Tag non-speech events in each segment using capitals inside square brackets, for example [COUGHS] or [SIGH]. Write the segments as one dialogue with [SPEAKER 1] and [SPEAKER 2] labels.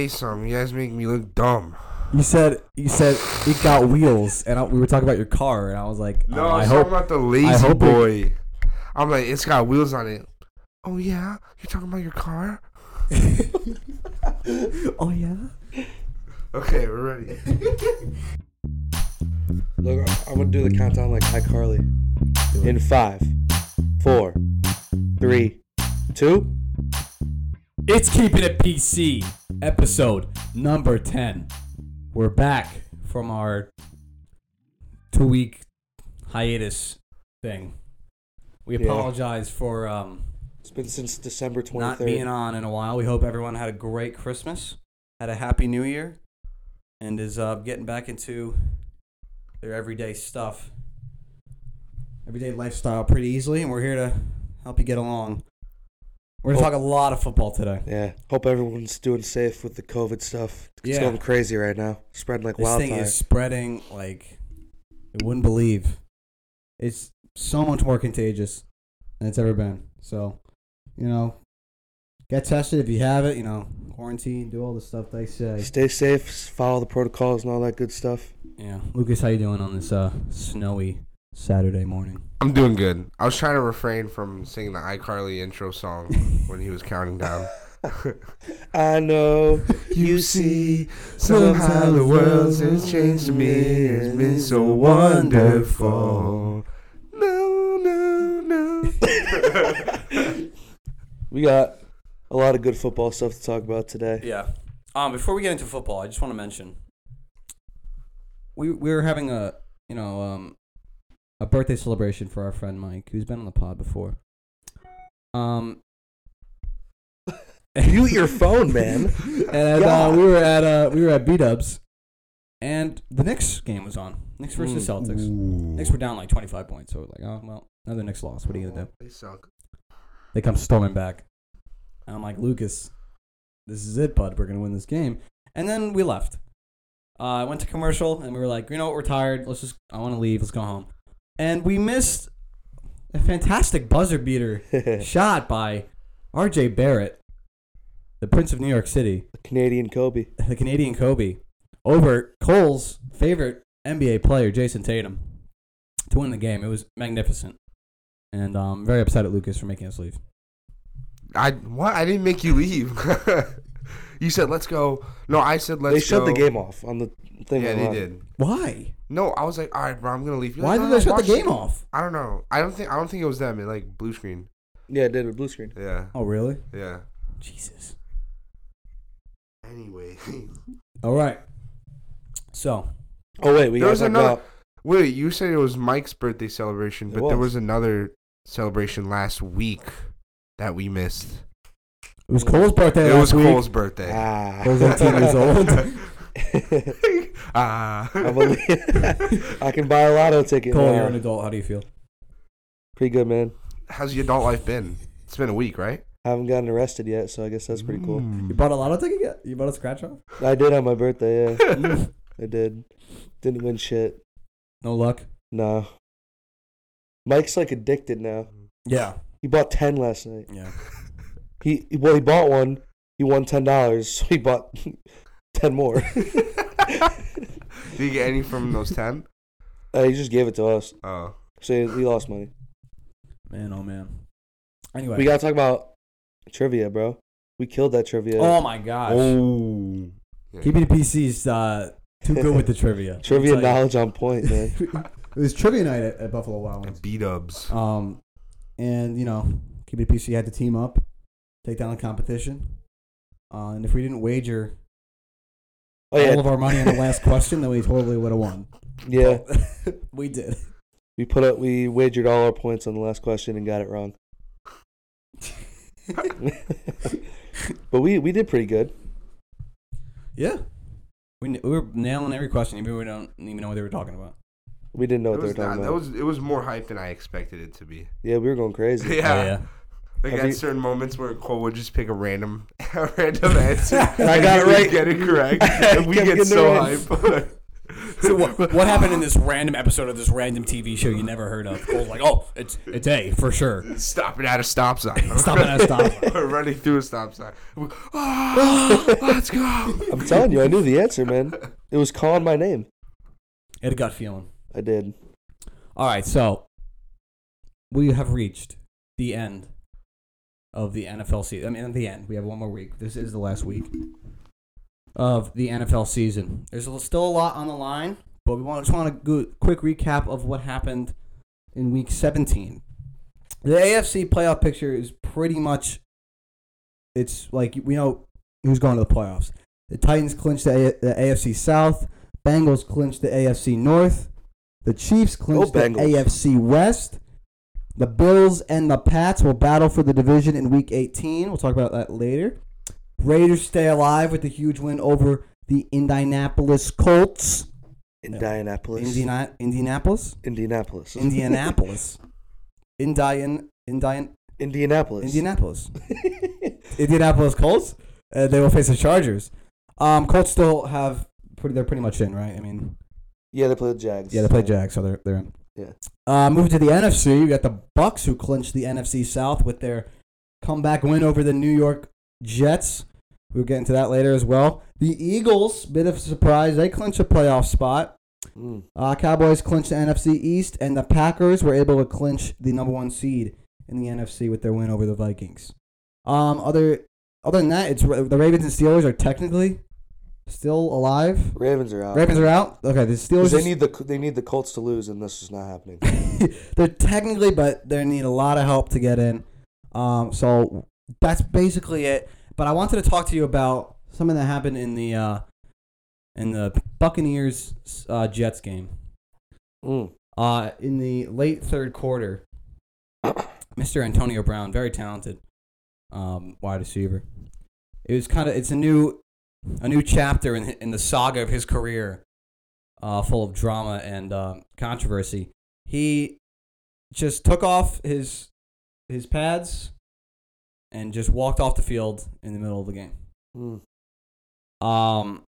[SPEAKER 1] Say something. You guys make me look dumb.
[SPEAKER 2] You said you said it got wheels, and I, we were talking about your car, and I was like,
[SPEAKER 1] No,
[SPEAKER 2] oh, I
[SPEAKER 1] I'm
[SPEAKER 2] hope
[SPEAKER 1] talking about the lazy
[SPEAKER 2] hope it-
[SPEAKER 1] boy. I'm like, it's got wheels on it. Oh yeah, you're talking about your car.
[SPEAKER 2] oh yeah.
[SPEAKER 1] Okay, we're ready.
[SPEAKER 3] Look, I'm gonna do the countdown like iCarly. In five, four, three, two.
[SPEAKER 2] It's keeping it PC episode number ten. We're back from our two week hiatus thing. We
[SPEAKER 3] Yeah.
[SPEAKER 2] apologize for um,
[SPEAKER 3] [LAUGHS] It's been since December 23rd.
[SPEAKER 2] not being on in a while. We hope everyone had a great Christmas, had a happy New Year, and is uh, getting back into their everyday stuff, everyday lifestyle pretty easily. And we're here to help you get along. We're gonna
[SPEAKER 3] Oh.
[SPEAKER 2] talk a lot of football today.
[SPEAKER 3] yeah. Hope everyone's doing safe with the COVID stuff. It's
[SPEAKER 2] Yeah.
[SPEAKER 3] going crazy right now. Spreading like
[SPEAKER 2] This
[SPEAKER 3] wildfire.
[SPEAKER 2] thing is spreading like you wouldn't believe. It's so much more contagious than it's ever been. So, you know, get tested if you have it. You know, quarantine, do all the stuff they say.
[SPEAKER 3] Stay safe. s- Follow the protocols and all that good stuff.
[SPEAKER 2] Yeah, Lucas, how you doing on this uh, snowy Saturday morning?
[SPEAKER 1] I'm doing good. I was trying to refrain from singing the iCarly intro song when he was counting down.
[SPEAKER 3] I know
[SPEAKER 1] You see, somehow the world has changed to me. It's been so wonderful. No, no, no.
[SPEAKER 3] we got a lot of good football stuff to talk about today. [LAUGHS]
[SPEAKER 2] Yeah. Um, before we get into football, I just want to mention we we were having a you know um a birthday celebration for our friend Mike, who's been on the pod before. Um.
[SPEAKER 3] [LAUGHS] You eat your
[SPEAKER 1] [LAUGHS]
[SPEAKER 3] phone, man.
[SPEAKER 2] [LAUGHS] and uh,
[SPEAKER 3] God.
[SPEAKER 2] we were at uh, we were at B Dubs, and the Knicks game was on. Knicks versus
[SPEAKER 3] Mm.
[SPEAKER 2] Celtics. Knicks were down like twenty five points, so we're like, oh well, another Knicks loss. What are you gonna do?
[SPEAKER 1] They suck.
[SPEAKER 2] They come storming back. And I'm like, Lucas, this is it, bud. We're going to win this game. And then we left. Uh, I went to commercial and we were like, you know what? We're tired. Let's just, I want to leave. Let's go home. And we missed a fantastic buzzer beater shot by RJ Barrett, the Prince of New York City,
[SPEAKER 3] Canadian Kobe.
[SPEAKER 2] the Canadian Kobe, over Cole's favorite NBA player, Jason Tatum, to win the game. It was magnificent. And I'm um, very upset at Lucas for making us leave.
[SPEAKER 1] I what? I didn't make you leave. [LAUGHS] you said let's go. No, I said let's.
[SPEAKER 3] they shut
[SPEAKER 1] go.
[SPEAKER 3] the game off on the thing.
[SPEAKER 1] Yeah, they
[SPEAKER 3] online.
[SPEAKER 1] did.
[SPEAKER 2] Why?
[SPEAKER 1] No, I was like, all right, bro, I'm gonna leave. You're
[SPEAKER 2] Why
[SPEAKER 1] like,
[SPEAKER 2] did
[SPEAKER 1] "No,
[SPEAKER 2] they shut the
[SPEAKER 1] watch
[SPEAKER 2] game off?
[SPEAKER 1] I don't know. I don't think. I don't think it was them. It like blue screen.
[SPEAKER 3] Yeah, it did with blue screen.
[SPEAKER 1] Yeah,
[SPEAKER 2] Oh, really?
[SPEAKER 1] yeah.
[SPEAKER 2] Jesus.
[SPEAKER 1] Anyway,
[SPEAKER 2] All right. So,
[SPEAKER 3] Oh wait, we
[SPEAKER 1] There
[SPEAKER 3] got
[SPEAKER 1] was
[SPEAKER 3] talk
[SPEAKER 1] another-
[SPEAKER 3] about
[SPEAKER 1] wait. You said it was Mike's birthday celebration,
[SPEAKER 3] It
[SPEAKER 1] but there
[SPEAKER 3] was.
[SPEAKER 1] was another celebration last week that we missed.
[SPEAKER 2] it was Cole's birthday
[SPEAKER 1] it was
[SPEAKER 2] last week.
[SPEAKER 1] Cole's birthday.
[SPEAKER 3] ah.
[SPEAKER 2] [LAUGHS] Cole's 18 years old.
[SPEAKER 1] [LAUGHS] Ah. [LAUGHS]
[SPEAKER 3] I believe [LAUGHS] I can buy a lotto ticket.
[SPEAKER 2] Cole,
[SPEAKER 3] now.
[SPEAKER 2] you're an adult. How do you feel?
[SPEAKER 3] pretty good, man.
[SPEAKER 1] How's your adult life been? It's been a week, right?
[SPEAKER 3] I haven't gotten arrested yet, so I guess that's pretty cool.
[SPEAKER 2] You
[SPEAKER 1] Mm.
[SPEAKER 2] bought a lotto ticket yet? You bought a
[SPEAKER 1] [LAUGHS]
[SPEAKER 2] scratch off?
[SPEAKER 3] I did on my birthday. Yeah,
[SPEAKER 2] no
[SPEAKER 3] I did. Didn't win shit.
[SPEAKER 2] luck?
[SPEAKER 3] No. Mike's like addicted now.
[SPEAKER 2] Yeah.
[SPEAKER 3] He bought ten last night.
[SPEAKER 2] Yeah.
[SPEAKER 3] He well, he bought one. He won ten dollars, [LAUGHS] so he bought ten more. [LAUGHS]
[SPEAKER 1] [LAUGHS] Did you get any from those ten?
[SPEAKER 3] Uh, he just gave it to us,
[SPEAKER 1] Oh,
[SPEAKER 3] so he, he lost money.
[SPEAKER 2] Man, oh, man. Anyway.
[SPEAKER 3] We gotta talk about trivia, bro. We killed that trivia.
[SPEAKER 2] oh, my gosh.
[SPEAKER 1] oh,
[SPEAKER 2] Keeping the PC's uh, too good with the [LAUGHS] trivia. It's
[SPEAKER 3] trivia
[SPEAKER 2] like-
[SPEAKER 3] knowledge on point,
[SPEAKER 2] [LAUGHS]
[SPEAKER 3] man.
[SPEAKER 2] it was trivia night at, at Buffalo Wild Wings.
[SPEAKER 1] B Dubs.
[SPEAKER 2] Um, and you know, KBPC had to team up, take down the competition. Uh, and if we didn't wager
[SPEAKER 3] Oh
[SPEAKER 2] all of our money on the last question, then we totally would have won. [LAUGHS]
[SPEAKER 3] yeah,
[SPEAKER 2] we did.
[SPEAKER 3] we put up. We wagered all our points on the last question and got it wrong. [LAUGHS] but we we did pretty good.
[SPEAKER 2] Yeah, we, kn- we were nailing every question, even we don't even know what they were talking about.
[SPEAKER 3] We didn't know
[SPEAKER 1] It
[SPEAKER 3] what they were
[SPEAKER 1] was,
[SPEAKER 3] talking
[SPEAKER 1] not, that
[SPEAKER 3] about.
[SPEAKER 1] was it was more hype than I expected it to be. [LAUGHS]
[SPEAKER 3] Yeah, we were going
[SPEAKER 2] Oh,
[SPEAKER 3] crazy.
[SPEAKER 1] Yeah, like
[SPEAKER 3] Have
[SPEAKER 1] at
[SPEAKER 3] you-
[SPEAKER 1] certain moments where Cole would just pick a random, [LAUGHS] a random answer.
[SPEAKER 3] [LAUGHS] I got it
[SPEAKER 1] we
[SPEAKER 3] right. [LAUGHS]
[SPEAKER 1] Get it correct.
[SPEAKER 3] I
[SPEAKER 1] and we
[SPEAKER 3] kept
[SPEAKER 1] get
[SPEAKER 3] getting
[SPEAKER 1] so
[SPEAKER 3] it right.
[SPEAKER 1] hype.
[SPEAKER 2] So what, what happened in this random episode of this random TV show you never heard of? Cole's like, oh, it's it's A for sure.
[SPEAKER 1] [LAUGHS] Stopping at a stop sign.
[SPEAKER 2] [LAUGHS] Stop at a stop
[SPEAKER 1] [LAUGHS]
[SPEAKER 2] sign.
[SPEAKER 1] We're running through a stop sign.
[SPEAKER 3] [LAUGHS]
[SPEAKER 1] Ah, let's go.
[SPEAKER 3] I'm telling you, I knew the answer, man. It was calling my name.
[SPEAKER 2] It got feeling.
[SPEAKER 3] I did.
[SPEAKER 2] All right, so we have reached the end of the NFL season. I mean, the end. We have one more week. This is the last week of the NFL season. There's a- still a lot on the line, but we want, just want a good, quick recap of what happened in Week 17. The AFC playoff picture is pretty much. It's like we know who's going to the playoffs. The Titans clinched the, A- the AFC South. Bengals clinched the AFC North. The Chiefs clinched the
[SPEAKER 3] Bengals.
[SPEAKER 2] AFC West. The Bills and the Pats will battle for the division in Week 18. We'll talk about that later. Raiders stay alive with a huge win over the Indianapolis Colts.
[SPEAKER 3] Indianapolis.
[SPEAKER 2] Indiana- Indianapolis?
[SPEAKER 3] Indianapolis.
[SPEAKER 2] Indianapolis. [LAUGHS] Indian, Indian, [LAUGHS]
[SPEAKER 3] Indianapolis.
[SPEAKER 2] Indianapolis. Indianapolis Colts. Uh, they will face the Chargers. Um, Colts still have pretty. They're pretty much in, right? I mean,
[SPEAKER 3] [LAUGHS] yeah, they play the Jags.
[SPEAKER 2] yeah, they play Jags, so they're they're in.
[SPEAKER 3] Yeah.
[SPEAKER 2] Uh, moving to the NFC, we got the Bucks who clinched the NFC South with their comeback win over the New York Jets. We'll get into that later as well. The Eagles, bit of a surprise, they clinch a playoff spot.
[SPEAKER 3] Mm.
[SPEAKER 2] Uh, Cowboys clinched the NFC East, and the Packers were able to clinch the number one seed in the NFC with their win over the Vikings. Um, other other than that, it's the Ravens and Steelers are technically still alive.
[SPEAKER 3] Ravens are out.
[SPEAKER 2] Ravens are out. Okay, the
[SPEAKER 3] 'Cause
[SPEAKER 2] Steelers.
[SPEAKER 3] They need the they need the Colts to lose, and this is not
[SPEAKER 2] [LAUGHS]
[SPEAKER 3] happening.
[SPEAKER 2] they're technically, but they need a lot of help to get in. Um, so that's basically it. But I wanted to talk to you about something that happened in the uh, in the Buccaneers uh, Jets game.
[SPEAKER 3] Mm.
[SPEAKER 2] Uh, in the late third quarter, [COUGHS] Mr. Antonio Brown, very talented um, wide receiver. It was kind of it's a new a new chapter in in the saga of his career, uh, full of drama and um controversy. He just took off his his pads and just walked off the field in the middle of the game.
[SPEAKER 3] Mm.
[SPEAKER 2] Um,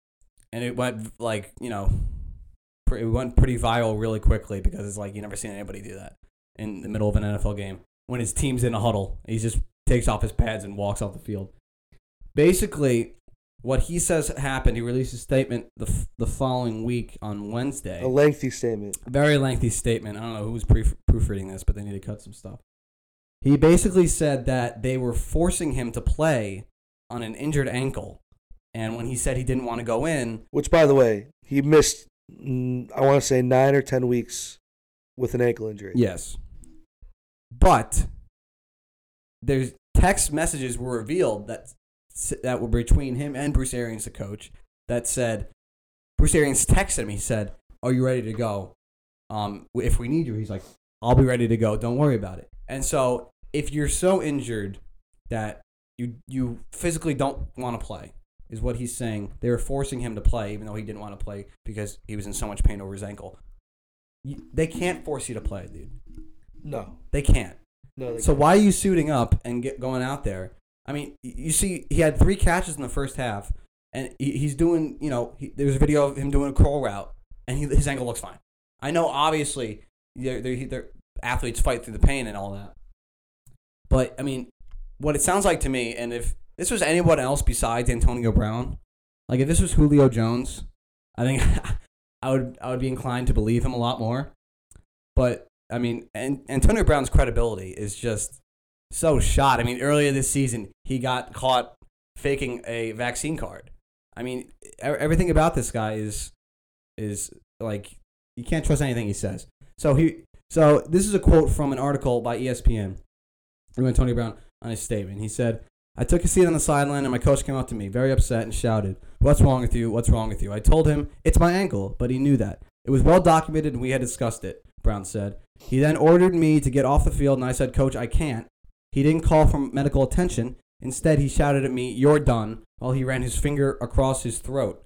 [SPEAKER 2] and it went like you know, pre- it went pretty viral really quickly because it's like you never seen anybody do that in the middle of an NFL game when his team's in a huddle. He just takes off his pads and walks off the field. Basically, what he says happened. He released a statement the f- the following week on Wednesday
[SPEAKER 3] A lengthy statement.
[SPEAKER 2] very lengthy statement. I don't know who was pre- proofreading this, but they need to cut some stuff. He basically said that they were forcing him to play on an injured ankle, and when he said he didn't want to go in,
[SPEAKER 3] Which, by the way, he missed. mm, I want to say nine or ten weeks with an ankle injury.
[SPEAKER 2] yes, but there's text messages were revealed that s- that were between him and Bruce Arians, the coach, that said Bruce Arians texted him. He said, "Are you ready to go? Um, if we need you, he's like, I'll be ready to go. Don't worry about it." And so, if you're so injured that you you physically don't want to play, is what he's saying. They were forcing him to play, even though he didn't want to play because he was in so much pain over his ankle. You, they can't force you to play, dude.
[SPEAKER 3] No.
[SPEAKER 2] They can't.
[SPEAKER 3] No. They
[SPEAKER 2] So why are you suiting up and get going out there? I mean, y- you see, he had three catches in the first half, and he- he's doing. You know, he, there's a video of him doing a curl route, and he, his ankle looks fine. I know, obviously, they're, they're, they're athletes fight through the pain and all that, but I mean, what it sounds like to me, and if this was anyone else besides Antonio Brown, like if this was Julio Jones, I think [LAUGHS] I would I would be inclined to believe him a lot more. But I mean, and Antonio Brown's credibility is just so shot. I mean, earlier this season, he got caught faking a vaccine card. I mean, e- everything about this guy is is like you can't trust anything he says. So he so this is a quote from an article by E ESPN from Antonio Brown on his statement. He said, "I took a seat on the sideline and my coach came up to me, very upset and shouted, "What's wrong with you? What's wrong with you?" I told him, "It's my ankle," but he knew that. It was well documented and we had discussed it, Brown said. He then ordered me to get off the field and I said, "Coach, I can't." He didn't call for medical attention. Instead, he shouted at me, You're done, while he ran his finger across his throat.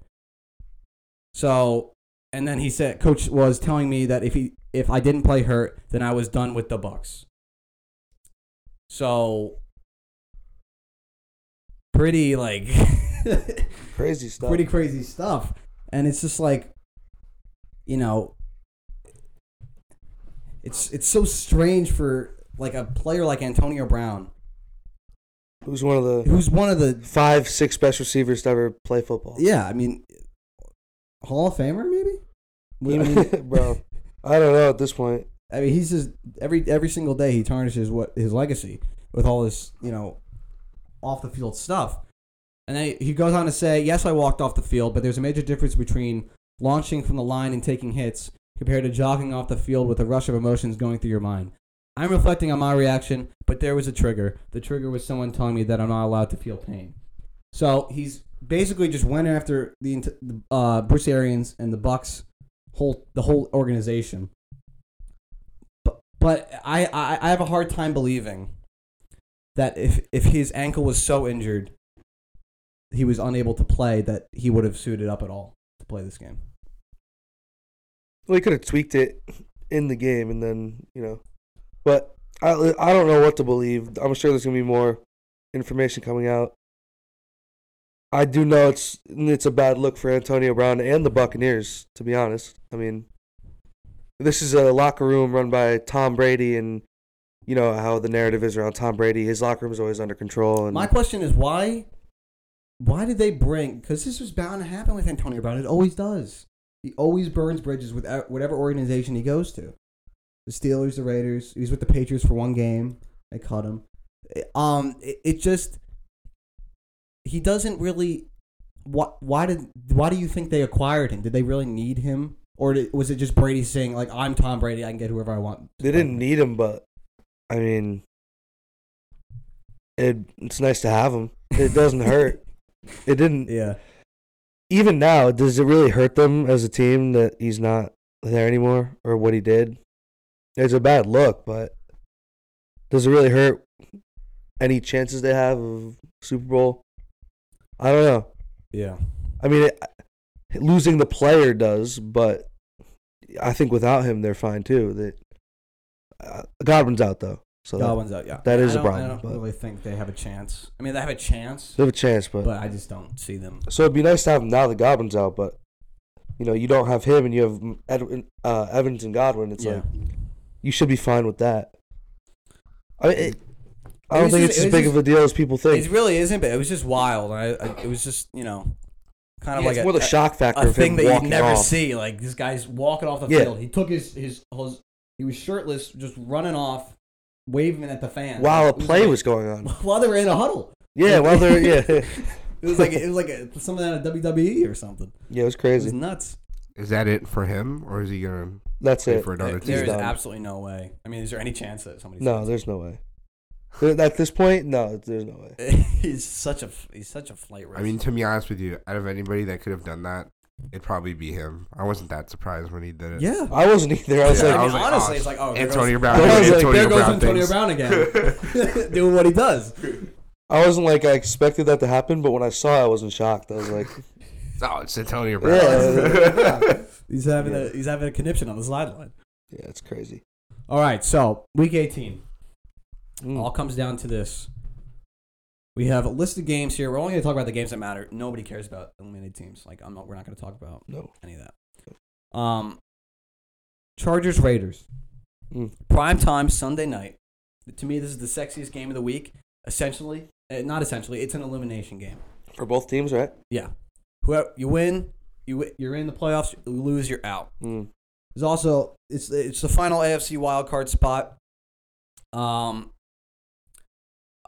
[SPEAKER 2] So, and then he said, Coach was telling me that if, he, if I didn't play hurt, then I was done with the Bucks. So, pretty like, [LAUGHS]
[SPEAKER 3] crazy stuff.
[SPEAKER 2] pretty crazy stuff. And it's just like, you know, it's it's so strange for like a player like Antonio Brown,
[SPEAKER 3] Who's one of the
[SPEAKER 2] who's one of the
[SPEAKER 3] five, six best receivers to ever play football? [LAUGHS]
[SPEAKER 2] yeah, I mean, Hall of Famer maybe. I mean,
[SPEAKER 3] [LAUGHS] Bro, I don't know at this point.
[SPEAKER 2] I mean, he's just every every single day he tarnishes what his legacy with all this, you know, off the field stuff. And then he goes on to say, "Yes, I walked off the field, but there's a major difference between launching from the line and taking hits compared to jogging off the field with a rush of emotions going through your mind. I'm reflecting on my reaction, but there was a trigger. The trigger was someone telling me that I'm not allowed to feel pain. So he's basically just went after the int- the, uh, Bruce Arians and the Bucks whole the whole organization but I, I I have a hard time believing that if if his ankle was so injured, he was unable to play that he would have suited up at all to play this game.
[SPEAKER 3] Well, he could have tweaked it in the game, and then you know, but I I don't know what to believe. I'm sure there's gonna be more information coming out. I do know it's it's a bad look for Antonio Brown and the Buccaneers. To be honest, I mean, this is a locker room run by Tom Brady, and you know how the narrative is around Tom Brady. His locker room is always under control, and
[SPEAKER 2] My question is why why did they bring cuz this was bound to happen with Antonio Brown. It always does. He always burns bridges with e- whatever organization he goes to. The Steelers, the Raiders, he was with the Patriots for one game. They caught him. It- Um it, it just he doesn't really what why did why do you think they acquired him? Did they really need him? Or did, was it just Brady saying like I'm Tom Brady, I can get whoever I want? to
[SPEAKER 3] they
[SPEAKER 2] play
[SPEAKER 3] didn't
[SPEAKER 2] me"?
[SPEAKER 3] need him, but I mean, it it's nice to have him. It doesn't hurt. It didn't.
[SPEAKER 2] Yeah.
[SPEAKER 3] even now, does it really hurt them as a team that he's not there anymore or what he did? It's a bad look, but does it really hurt any chances they have of Super Bowl? I don't know.
[SPEAKER 2] Yeah.
[SPEAKER 3] I mean, it, losing the player does, but I think without him, they're fine too. That uh, Godwin's out though, so that-
[SPEAKER 2] Godwin's out. Yeah,
[SPEAKER 3] that is
[SPEAKER 2] I
[SPEAKER 3] a
[SPEAKER 2] don't-
[SPEAKER 3] problem,
[SPEAKER 2] I don't
[SPEAKER 3] but-
[SPEAKER 2] really think they have a chance. I mean, they have a chance,
[SPEAKER 3] they have a chance. But,
[SPEAKER 2] but I just don't see them.
[SPEAKER 3] so it'd be nice to have him now that Godwin's out, but you know, you don't have him and you have Edwin, uh, Evans and Godwin. It's
[SPEAKER 2] yeah,
[SPEAKER 3] like you should be fine with that. I mean, it, I
[SPEAKER 2] It
[SPEAKER 3] don't
[SPEAKER 2] was
[SPEAKER 3] think
[SPEAKER 2] just- it
[SPEAKER 3] it's as
[SPEAKER 2] was
[SPEAKER 3] big of a deal as people think.
[SPEAKER 2] it really isn't. But it was just wild. and I, I, it was just you know, kind of
[SPEAKER 3] Yeah,
[SPEAKER 2] like
[SPEAKER 3] it's
[SPEAKER 2] a,
[SPEAKER 3] more the
[SPEAKER 2] a-
[SPEAKER 3] shock factor
[SPEAKER 2] a
[SPEAKER 3] of
[SPEAKER 2] thing
[SPEAKER 3] him
[SPEAKER 2] that you
[SPEAKER 3] walking
[SPEAKER 2] never
[SPEAKER 3] off.
[SPEAKER 2] see. Like this guy's walking off the
[SPEAKER 3] Yeah.
[SPEAKER 2] field. He took his, his his he was shirtless, just running off, waving at the fans
[SPEAKER 3] While a
[SPEAKER 2] It
[SPEAKER 3] play
[SPEAKER 2] like-
[SPEAKER 3] was
[SPEAKER 2] [LAUGHS]
[SPEAKER 3] going on.
[SPEAKER 2] while they were in a huddle.
[SPEAKER 3] Yeah, while they're
[SPEAKER 2] [LAUGHS]
[SPEAKER 3] yeah,
[SPEAKER 2] It was like it was like
[SPEAKER 3] [LAUGHS]
[SPEAKER 2] a, something out of WWE or something.
[SPEAKER 3] yeah, it was
[SPEAKER 2] It was
[SPEAKER 3] crazy.
[SPEAKER 2] nuts.
[SPEAKER 1] [LAUGHS] Is that it for him, or is he gonna
[SPEAKER 3] That's
[SPEAKER 1] play
[SPEAKER 3] it.
[SPEAKER 1] for another
[SPEAKER 2] There,
[SPEAKER 1] team?
[SPEAKER 2] there is
[SPEAKER 3] done.
[SPEAKER 2] absolutely no way. I mean, is there any chance that somebody?
[SPEAKER 3] No, there's no way. There- At this point, no, there's no way.
[SPEAKER 2] [LAUGHS] he's such a he's such a flight risk.
[SPEAKER 1] I mean, to be honest with you, out of anybody that could have done that, it'd probably be him. I wasn't that surprised when he did it.
[SPEAKER 2] yeah.
[SPEAKER 3] I wasn't either. I was
[SPEAKER 1] Yeah,
[SPEAKER 2] I
[SPEAKER 3] like,
[SPEAKER 2] mean,
[SPEAKER 1] was like,
[SPEAKER 2] honestly,
[SPEAKER 1] oh,
[SPEAKER 2] it's like, oh, there
[SPEAKER 1] Antonio
[SPEAKER 2] goes- [LAUGHS]
[SPEAKER 1] Brown.
[SPEAKER 3] I was
[SPEAKER 1] doing
[SPEAKER 3] like,
[SPEAKER 1] Antonio
[SPEAKER 2] there goes
[SPEAKER 1] Brown
[SPEAKER 2] Antonio
[SPEAKER 1] things.
[SPEAKER 2] Brown
[SPEAKER 1] [LAUGHS]
[SPEAKER 2] again, [LAUGHS] doing what he does.
[SPEAKER 3] I wasn't like I expected that to happen, but when I saw, it, I wasn't shocked. I
[SPEAKER 2] [LAUGHS]
[SPEAKER 3] was like,
[SPEAKER 1] Oh, it's Antonio Brown.
[SPEAKER 3] yeah,
[SPEAKER 2] He's having a he's having a conniption on the sideline.
[SPEAKER 3] yeah, it's crazy.
[SPEAKER 2] All right, so week eighteen all
[SPEAKER 3] Mm.
[SPEAKER 2] comes down to this. We have a list of games here. We're only going to talk about the games that matter. Nobody cares about eliminated teams. Like I'm not. We're not going to talk about
[SPEAKER 3] No,
[SPEAKER 2] any of that. Um, Chargers Raiders,
[SPEAKER 3] Mm.
[SPEAKER 2] prime time Sunday night. To me, this is the sexiest game of the week. Essentially, eh, not essentially, it's an elimination game.
[SPEAKER 3] for both teams, right?
[SPEAKER 2] Yeah, whoever you win, you wi- you're in the playoffs. You lose, you're out.
[SPEAKER 3] Mm.
[SPEAKER 2] There's also it's it's the final AFC wild card spot. Um,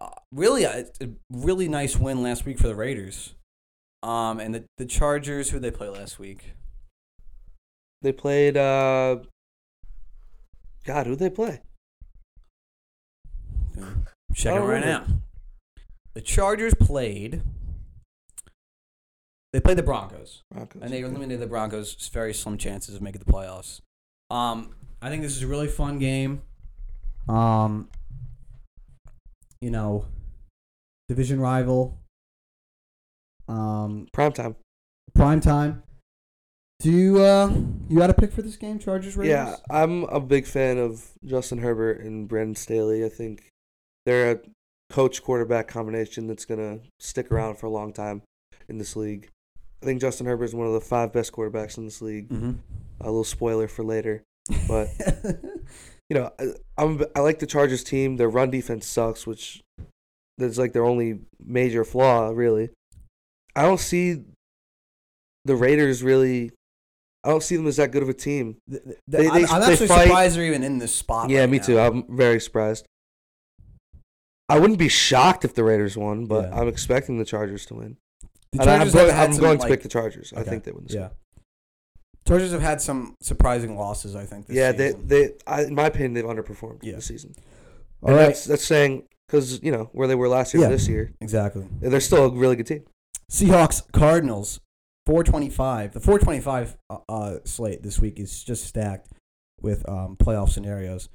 [SPEAKER 2] uh, really a, a really nice win last week for the Raiders. Um, and the the Chargers who they play last week.
[SPEAKER 3] They played. uh God, who they play?
[SPEAKER 2] Checking
[SPEAKER 3] Oh,
[SPEAKER 2] right now.
[SPEAKER 3] really?
[SPEAKER 2] The Chargers played. They played the Broncos,
[SPEAKER 3] Broncos.
[SPEAKER 2] and they
[SPEAKER 3] okay.
[SPEAKER 2] eliminated the Broncos. It's very slim chances of making the playoffs. Um, I think this is a really fun game. Um, you know, division rival. Um,
[SPEAKER 3] prime time.
[SPEAKER 2] prime time. Do you uh you got a pick for this game, Chargers Raiders?
[SPEAKER 3] Yeah, I'm a big fan of Justin Herbert and Brandon Staley. I think they're a coach quarterback combination that's gonna stick around for a long time in this league. I think Justin Herbert is one of the five best quarterbacks in this league.
[SPEAKER 2] Mm-hmm.
[SPEAKER 3] A little spoiler for later. But
[SPEAKER 2] [LAUGHS]
[SPEAKER 3] you know, I, I'm I like the Chargers team. Their run defense sucks, which that's like their only major flaw, really. I don't see the Raiders really. I don't see them as that good of a team.
[SPEAKER 2] Th- th-
[SPEAKER 3] They-
[SPEAKER 2] I'm,
[SPEAKER 3] they-
[SPEAKER 2] I'm
[SPEAKER 3] they
[SPEAKER 2] actually
[SPEAKER 3] fight-
[SPEAKER 2] surprised they're even in this spot.
[SPEAKER 3] yeah,
[SPEAKER 2] right
[SPEAKER 3] me
[SPEAKER 2] now.
[SPEAKER 3] too. I'm very surprised. I wouldn't be shocked if the Raiders won, but
[SPEAKER 2] Yeah.
[SPEAKER 3] I'm expecting the Chargers to win.
[SPEAKER 2] The
[SPEAKER 3] And I'm,
[SPEAKER 2] Chargers
[SPEAKER 3] going,
[SPEAKER 2] have had
[SPEAKER 3] I'm
[SPEAKER 2] some,
[SPEAKER 3] going to
[SPEAKER 2] like-
[SPEAKER 3] pick the Chargers. I
[SPEAKER 2] Okay.
[SPEAKER 3] think they win. This
[SPEAKER 2] Yeah. Chargers have had some surprising losses, I think. This
[SPEAKER 3] yeah, they,
[SPEAKER 2] season.
[SPEAKER 3] they I, in my opinion, they've underperformed
[SPEAKER 2] Yeah.
[SPEAKER 3] this season.
[SPEAKER 2] All
[SPEAKER 3] and
[SPEAKER 2] right.
[SPEAKER 3] that's, that's saying because you know where they were last year
[SPEAKER 2] Yeah.
[SPEAKER 3] to this year,
[SPEAKER 2] Exactly.
[SPEAKER 3] they're still a really good team.
[SPEAKER 2] Seahawks, Cardinals, 425. The 425 uh, uh, slate this week is just stacked with um, playoff scenarios.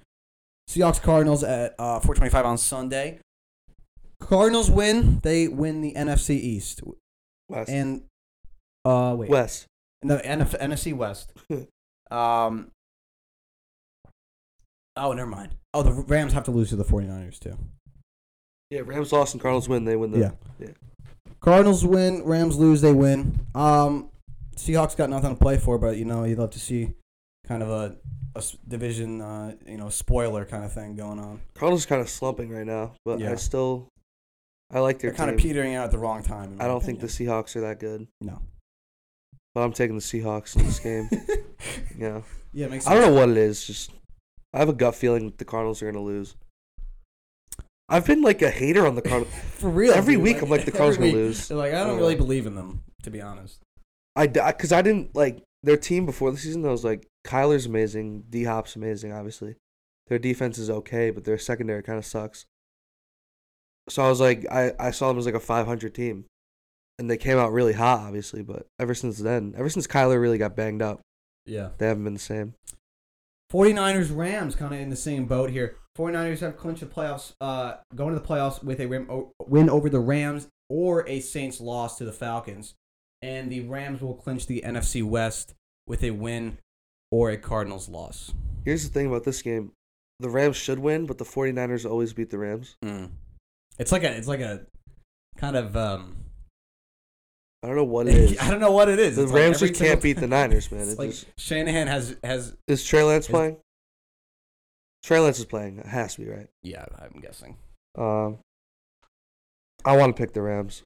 [SPEAKER 2] Seahawks, Cardinals at uh, 425 on Sunday. Cardinals win. They win the NFC East.
[SPEAKER 3] West,
[SPEAKER 2] And, uh, wait.
[SPEAKER 3] West,
[SPEAKER 2] No, NF- NFC
[SPEAKER 3] [LAUGHS]
[SPEAKER 2] West.
[SPEAKER 3] Hmm.
[SPEAKER 2] um. Oh, never mind. Oh, the Rams have to lose to the 49ers, too.
[SPEAKER 3] yeah. Rams lost and Cardinals win. They win the
[SPEAKER 2] Yeah. Cardinals win, Rams lose, they win. Um, Seahawks got nothing to play for, but you know you'd love to see kind of a, a s- division, uh, you know, spoiler kind of thing going on.
[SPEAKER 3] Cardinals kind of slumping right now, but
[SPEAKER 2] Yeah.
[SPEAKER 3] I still I like their
[SPEAKER 2] They're kind of
[SPEAKER 3] team.
[SPEAKER 2] petering out at the wrong time. in
[SPEAKER 3] I
[SPEAKER 2] my
[SPEAKER 3] don't think the
[SPEAKER 2] opinion.
[SPEAKER 3] Seahawks are that good,
[SPEAKER 2] No.
[SPEAKER 3] but I'm taking the Seahawks in this game. yeah,
[SPEAKER 2] [LAUGHS] yeah, it makes
[SPEAKER 3] I
[SPEAKER 2] sense.
[SPEAKER 3] don't know what it is. Just I have a gut feeling that the Cardinals are going to lose. I've been like a hater on the Cardinals.
[SPEAKER 2] For real.
[SPEAKER 3] Every
[SPEAKER 2] dude,
[SPEAKER 3] week I'm like, the
[SPEAKER 2] [LAUGHS]
[SPEAKER 3] Cardinals
[SPEAKER 2] every
[SPEAKER 3] gonna
[SPEAKER 2] week.
[SPEAKER 3] lose. Oh.
[SPEAKER 2] They're like I
[SPEAKER 3] I
[SPEAKER 2] don't
[SPEAKER 3] don't
[SPEAKER 2] really
[SPEAKER 3] know.
[SPEAKER 2] believe in them, to be honest.
[SPEAKER 3] I because I didn't like their team before the season. I was like, Kyler's amazing, D Hop's amazing. Obviously, their defense is okay, but their secondary kind of sucks. So I was like, I, I saw them as like a 500 team, and they came out really hot, obviously. But ever since then, ever since Kyler really got banged up,
[SPEAKER 2] Yeah.
[SPEAKER 3] they haven't been the same.
[SPEAKER 2] 49ers Rams kind of in the same boat here. 49ers have clinched the playoffs, uh, going to the playoffs with a Ram- o- win over the Rams or a Saints loss to the Falcons. And the Rams will clinch the NFC West with a win or a Cardinals loss.
[SPEAKER 3] Here's the thing about this game: the Rams should win, but the 49ers always beat the Rams.
[SPEAKER 2] It's like a, it's like a kind of, um,
[SPEAKER 3] I don't know what
[SPEAKER 2] [LAUGHS]
[SPEAKER 3] it is.
[SPEAKER 2] I don't know what it is.
[SPEAKER 3] The
[SPEAKER 2] It's like
[SPEAKER 3] Rams
[SPEAKER 2] every
[SPEAKER 3] just can't
[SPEAKER 2] single-
[SPEAKER 3] beat the Niners, man.
[SPEAKER 2] [LAUGHS] It's
[SPEAKER 3] It
[SPEAKER 2] like
[SPEAKER 3] just-
[SPEAKER 2] Shanahan has has
[SPEAKER 3] Is Trey Lance
[SPEAKER 2] Is-
[SPEAKER 3] playing? Trey Lance is playing. It has to be right.
[SPEAKER 2] yeah, I'm guessing.
[SPEAKER 3] Um, I want to pick the Rams.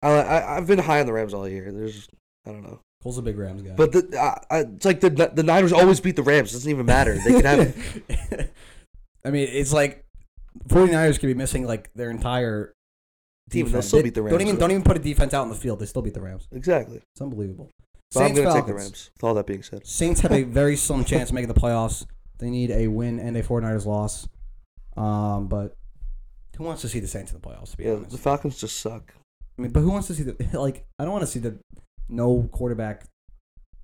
[SPEAKER 3] I, I I've been high on the Rams all year. There's I don't know,
[SPEAKER 2] Cole's a big Rams guy.
[SPEAKER 3] but the I, I, it's like the the Niners always beat the Rams. It doesn't even matter. They can
[SPEAKER 2] [LAUGHS]
[SPEAKER 3] have
[SPEAKER 2] I mean, it's like 49ers could be missing like their entire
[SPEAKER 3] Team,
[SPEAKER 2] defense.
[SPEAKER 3] they'll still
[SPEAKER 2] They-
[SPEAKER 3] beat the
[SPEAKER 2] Don't
[SPEAKER 3] Rams,
[SPEAKER 2] even
[SPEAKER 3] though.
[SPEAKER 2] don't even put a defense out in the field. They still beat the Rams.
[SPEAKER 3] exactly.
[SPEAKER 2] It's unbelievable.
[SPEAKER 3] But
[SPEAKER 2] Saints
[SPEAKER 3] I'm gonna
[SPEAKER 2] Falcons.
[SPEAKER 3] take the Rams. With all that being said,
[SPEAKER 2] Saints
[SPEAKER 3] [LAUGHS]
[SPEAKER 2] have a very slim chance of making the playoffs. They need a win and a 49ers loss. Um, but who wants to see the Saints in the playoffs? To be
[SPEAKER 3] yeah,
[SPEAKER 2] honest,
[SPEAKER 3] the Falcons just suck.
[SPEAKER 2] I mean, but who wants to see the [LAUGHS] like? I don't want to see the no quarterback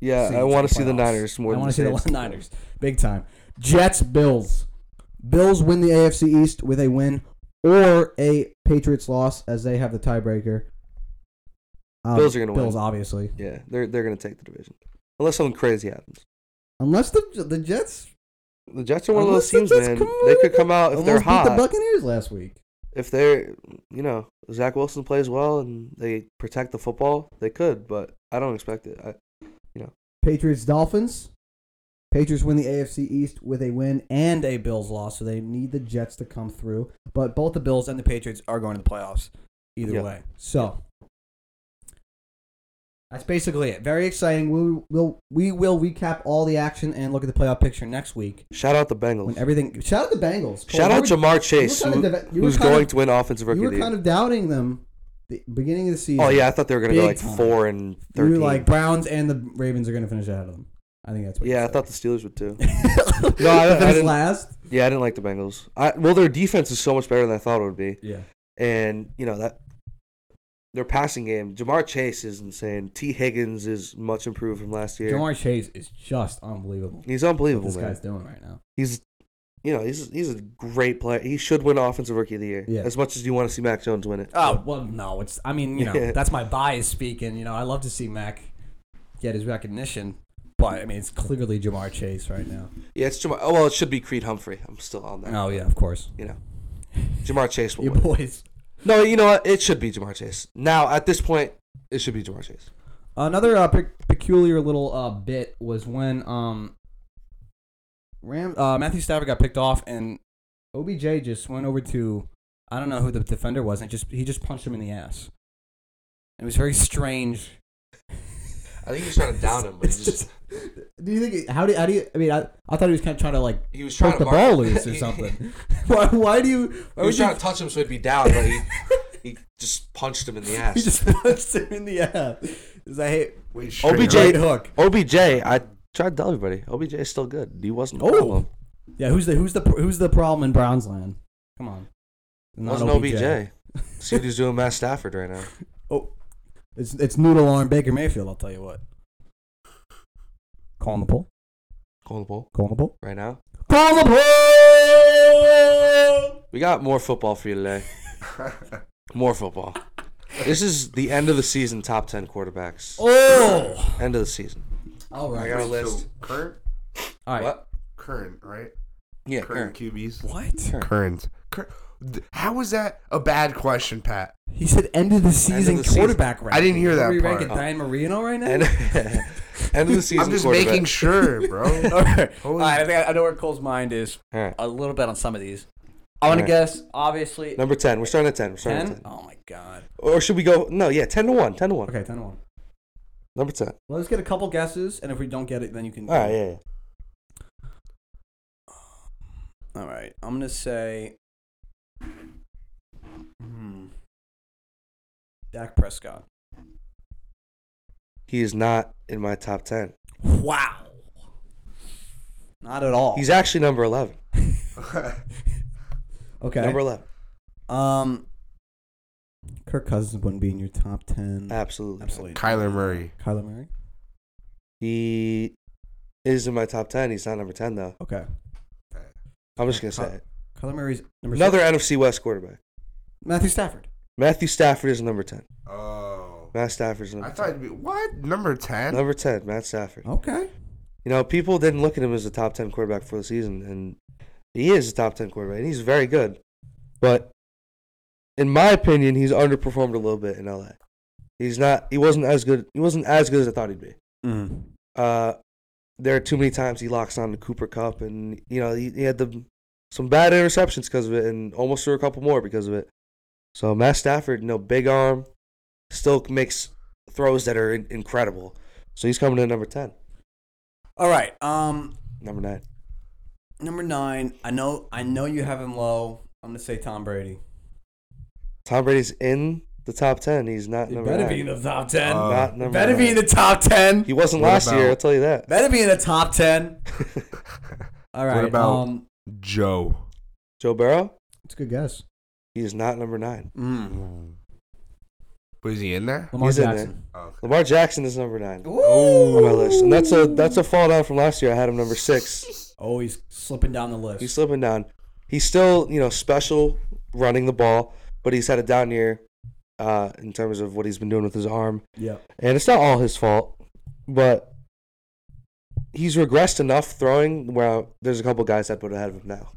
[SPEAKER 3] Yeah,
[SPEAKER 2] Saints
[SPEAKER 3] I
[SPEAKER 2] in
[SPEAKER 3] want to see the
[SPEAKER 2] playoffs.
[SPEAKER 3] Niners more.
[SPEAKER 2] I
[SPEAKER 3] than
[SPEAKER 2] want to see
[SPEAKER 3] Saints.
[SPEAKER 2] the Niners big time. Jets Bills. Bills win the AFC East with a win or a Patriots loss as they have the tiebreaker. Um,
[SPEAKER 3] Bills are gonna win.
[SPEAKER 2] Bills obviously.
[SPEAKER 3] Yeah, they're they're gonna take the division unless something crazy happens.
[SPEAKER 2] Unless the the Jets
[SPEAKER 3] The Jets are one of
[SPEAKER 2] Unless
[SPEAKER 3] those
[SPEAKER 2] the
[SPEAKER 3] teams,
[SPEAKER 2] Jets
[SPEAKER 3] man.
[SPEAKER 2] come out
[SPEAKER 3] They
[SPEAKER 2] with
[SPEAKER 3] could
[SPEAKER 2] the-
[SPEAKER 3] come out if
[SPEAKER 2] almost
[SPEAKER 3] they're
[SPEAKER 2] beat
[SPEAKER 3] hot.
[SPEAKER 2] the Buccaneers last week.
[SPEAKER 3] if they're you know Zach Wilson plays well and they protect the football, they could, but I don't expect it. I,
[SPEAKER 2] Patriots Dolphins. Patriots win the AFC East with a win and a Bills loss, so they need the Jets to come through. But both the Bills and the Patriots are going to the playoffs either
[SPEAKER 3] Yeah.
[SPEAKER 2] way. So that's basically it. Very exciting. We will we will recap all the action and look at the playoff picture next week
[SPEAKER 3] shout out the Bengals.
[SPEAKER 2] when everything. Shout out the Bengals. Cole,
[SPEAKER 3] shout
[SPEAKER 2] you
[SPEAKER 3] out
[SPEAKER 2] were-
[SPEAKER 3] Jamar Chase,
[SPEAKER 2] you were
[SPEAKER 3] who,
[SPEAKER 2] kind of deve- you were
[SPEAKER 3] who's
[SPEAKER 2] kind
[SPEAKER 3] going
[SPEAKER 2] of-
[SPEAKER 3] to win offensive rookie
[SPEAKER 2] You
[SPEAKER 3] of
[SPEAKER 2] were
[SPEAKER 3] the year.
[SPEAKER 2] kind of doubting them the beginning of the season.
[SPEAKER 3] oh yeah, I thought they were going to go
[SPEAKER 2] Big
[SPEAKER 3] like
[SPEAKER 2] time.
[SPEAKER 3] four and
[SPEAKER 2] you were
[SPEAKER 3] thirteen.
[SPEAKER 2] like Browns and the Ravens are going to finish ahead of them. I think that's what. you
[SPEAKER 3] yeah, I
[SPEAKER 2] said. [LAUGHS]
[SPEAKER 3] thought the Steelers would too.
[SPEAKER 2] no,
[SPEAKER 3] I- I didn't-
[SPEAKER 2] last.
[SPEAKER 3] Yeah, I didn't like the Bengals. I, well, their defense is so much better than I thought it would be,
[SPEAKER 2] Yeah.
[SPEAKER 3] and you know that their passing game. Jamar Chase is insane. T Higgins is much improved from last year.
[SPEAKER 2] Jamar Chase is just unbelievable.
[SPEAKER 3] He's
[SPEAKER 2] What
[SPEAKER 3] unbelievable,
[SPEAKER 2] this
[SPEAKER 3] man.
[SPEAKER 2] guy's doing right now.
[SPEAKER 3] he's you know he's he's a great player. He should win offensive rookie of the year.
[SPEAKER 2] Yeah.
[SPEAKER 3] As much as you want to see Mac Jones win it.
[SPEAKER 2] Oh well, no, it's. I mean, you know,
[SPEAKER 3] [LAUGHS] Yeah.
[SPEAKER 2] that's my bias speaking. You know, I love to see Mac get his recognition, but I mean, it's clearly Jamar Chase right now.
[SPEAKER 3] Yeah, it's Jamar. Oh well, it should be Creed Humphrey. I'm still on that.
[SPEAKER 2] Oh yeah, of course,
[SPEAKER 3] You
[SPEAKER 2] [LAUGHS]
[SPEAKER 3] know, Jamar Chase will.
[SPEAKER 2] you
[SPEAKER 3] Win.
[SPEAKER 2] boys.
[SPEAKER 3] No, you know what? It should be Jamar Chase. Now at this point, it should be Jamar Chase.
[SPEAKER 2] Another uh, pe- peculiar little uh, bit was when um, Ram uh, Matthew Stafford got picked off, and OBJ just went over to I don't know who the defender was, and just he just punched him in the ass. It was very strange.
[SPEAKER 4] I think he was
[SPEAKER 2] [LAUGHS]
[SPEAKER 4] trying to down him, but he
[SPEAKER 2] It's
[SPEAKER 4] just
[SPEAKER 2] Do you think? It, how do you- how do you? I mean, I, I thought he was kind of trying to like
[SPEAKER 4] he was trying
[SPEAKER 2] poke
[SPEAKER 4] to
[SPEAKER 2] the
[SPEAKER 4] mark
[SPEAKER 2] ball
[SPEAKER 4] him.
[SPEAKER 2] loose or
[SPEAKER 4] [LAUGHS] He-
[SPEAKER 2] something. [LAUGHS] why? Why do you?
[SPEAKER 4] He
[SPEAKER 2] Why
[SPEAKER 4] was
[SPEAKER 2] would you
[SPEAKER 4] trying to touch him so he'd be down, but he he just punched him in the ass.
[SPEAKER 2] [LAUGHS] [LAUGHS]
[SPEAKER 4] [LAUGHS]
[SPEAKER 2] He just punched him in the ass. Is that hey,
[SPEAKER 1] Wait,
[SPEAKER 3] OBJ.
[SPEAKER 2] right hook?
[SPEAKER 3] OBJ, I tried to tell everybody, OBJ is still good. He wasn't the
[SPEAKER 2] Oh.
[SPEAKER 3] problem.
[SPEAKER 2] Yeah, who's the who's the who's the problem in Browns land? Come on, Not
[SPEAKER 3] wasn't OBJ. See what he's
[SPEAKER 2] [LAUGHS]
[SPEAKER 3] doing, Matt Stafford right now.
[SPEAKER 2] Oh, It's it's noodle arm Baker Mayfield. I'll tell you what. Calling the poll.
[SPEAKER 3] Calling the ball
[SPEAKER 2] Calling the poll.
[SPEAKER 3] right now.
[SPEAKER 2] Calling the poll.
[SPEAKER 3] We got more football for you today. More football. This is the end of the season top 10 quarterbacks.
[SPEAKER 2] Oh.
[SPEAKER 3] End of the season.
[SPEAKER 2] All
[SPEAKER 3] I
[SPEAKER 2] right.
[SPEAKER 3] got a list.
[SPEAKER 1] current,
[SPEAKER 2] All right. What?
[SPEAKER 3] What?
[SPEAKER 1] current, right?
[SPEAKER 3] Yeah,
[SPEAKER 1] Current
[SPEAKER 3] current.
[SPEAKER 1] QBs. Current. Cur- th- How was that a bad question, Pat?
[SPEAKER 2] He said end of the season
[SPEAKER 3] the season.
[SPEAKER 2] quarterback round.
[SPEAKER 1] I didn't hear
[SPEAKER 2] Are
[SPEAKER 1] that
[SPEAKER 2] we
[SPEAKER 1] part.
[SPEAKER 2] ranking Diane Marino right now? [LAUGHS]
[SPEAKER 3] [LAUGHS] End, end of the season
[SPEAKER 1] I'm just
[SPEAKER 3] quarterback.
[SPEAKER 1] making sure, bro. [LAUGHS]
[SPEAKER 2] All right.
[SPEAKER 1] Holy-
[SPEAKER 2] All right, I think I, I know where Cole's mind is.
[SPEAKER 3] All right.
[SPEAKER 2] A little bit on some of these. I want
[SPEAKER 3] All right.
[SPEAKER 2] to guess, obviously.
[SPEAKER 3] Number 10. We're starting at 10. We're starting
[SPEAKER 2] ten.
[SPEAKER 3] at 10.
[SPEAKER 2] Oh my god.
[SPEAKER 3] Or should we go? No, yeah, 10 to 1. 10 to 1.
[SPEAKER 2] Okay, ten to one.
[SPEAKER 3] Number 10.
[SPEAKER 2] Let's get a couple guesses, and if we don't get it, then you can.
[SPEAKER 3] All right, yeah, yeah.
[SPEAKER 2] All right. I'm gonna say. Hmm. Dak Prescott.
[SPEAKER 3] He is not in my top 10.
[SPEAKER 2] Wow. Not at all.
[SPEAKER 3] He's actually number 11.
[SPEAKER 2] okay.
[SPEAKER 3] Number 11.
[SPEAKER 2] um. Kirk Cousins wouldn't be in your top ten.
[SPEAKER 3] Absolutely.
[SPEAKER 2] Absolutely.
[SPEAKER 1] Kyler Murray.
[SPEAKER 2] Kyler Murray.
[SPEAKER 3] He is in my top 10. He's not number 10, though.
[SPEAKER 2] Okay.
[SPEAKER 3] I'm just going to say it.
[SPEAKER 2] Kyler Murray's number
[SPEAKER 3] Another
[SPEAKER 2] six.
[SPEAKER 3] NFC West quarterback.
[SPEAKER 2] Matthew Stafford.
[SPEAKER 3] Matthew Stafford is number 10.
[SPEAKER 1] Oh.
[SPEAKER 3] Matt Stafford is
[SPEAKER 1] I
[SPEAKER 3] number
[SPEAKER 1] thought it'd be what number ten?
[SPEAKER 3] Number 10, Matt Stafford.
[SPEAKER 2] Okay.
[SPEAKER 3] You know, people didn't look at him as a top 10 quarterback for the season, and he is a top 10 quarterback, and he's very good. But in my opinion, he's underperformed a little bit in LA. He's not, he wasn't as good, he wasn't as good as I thought he'd be.
[SPEAKER 2] Mm.
[SPEAKER 3] Uh, there are too many times he locks on to Cooper Cup, and, you know, he, he had the, some bad interceptions because of it, and almost threw a couple more because of it. So Matt Stafford, you know, big arm, still makes throws that are in- incredible. So he's coming in number 10,
[SPEAKER 2] All right. Um,
[SPEAKER 3] number 9.
[SPEAKER 2] number nine. I know. I know you have him low. I'm gonna say Tom Brady.
[SPEAKER 3] Tom Brady's in the top ten. He's not
[SPEAKER 2] He
[SPEAKER 3] number
[SPEAKER 2] better
[SPEAKER 3] nine.
[SPEAKER 2] be in the top ten.
[SPEAKER 1] Uh,
[SPEAKER 3] not number
[SPEAKER 2] better be
[SPEAKER 3] nine.
[SPEAKER 2] in the top ten.
[SPEAKER 3] Oh, he wasn't
[SPEAKER 1] What
[SPEAKER 3] last year.
[SPEAKER 1] about-
[SPEAKER 3] I'll tell you that.
[SPEAKER 2] Better be in the top ten. All right.
[SPEAKER 1] about-
[SPEAKER 2] um,
[SPEAKER 1] [LAUGHS] Joe.
[SPEAKER 3] Joe Burrow.
[SPEAKER 2] it's a good guess.
[SPEAKER 3] He is not number nine.
[SPEAKER 2] Mm.
[SPEAKER 1] Was he in
[SPEAKER 2] [LAUGHS]
[SPEAKER 1] there?
[SPEAKER 2] Lamar
[SPEAKER 3] He's in
[SPEAKER 2] Jackson.
[SPEAKER 1] Okay.
[SPEAKER 3] Lamar Jackson is number nine
[SPEAKER 2] Ooh.
[SPEAKER 3] on my list, and that's a that's a fall down from last year. I had him number six.
[SPEAKER 2] Oh, he's slipping down the list.
[SPEAKER 3] He's slipping down. He's still you know special running the ball, but he's had a down year uh, in terms of what he's been doing with his arm,
[SPEAKER 2] yeah.
[SPEAKER 3] and it's not all his fault, but. He's regressed enough throwing where there's a couple guys that would have had him now.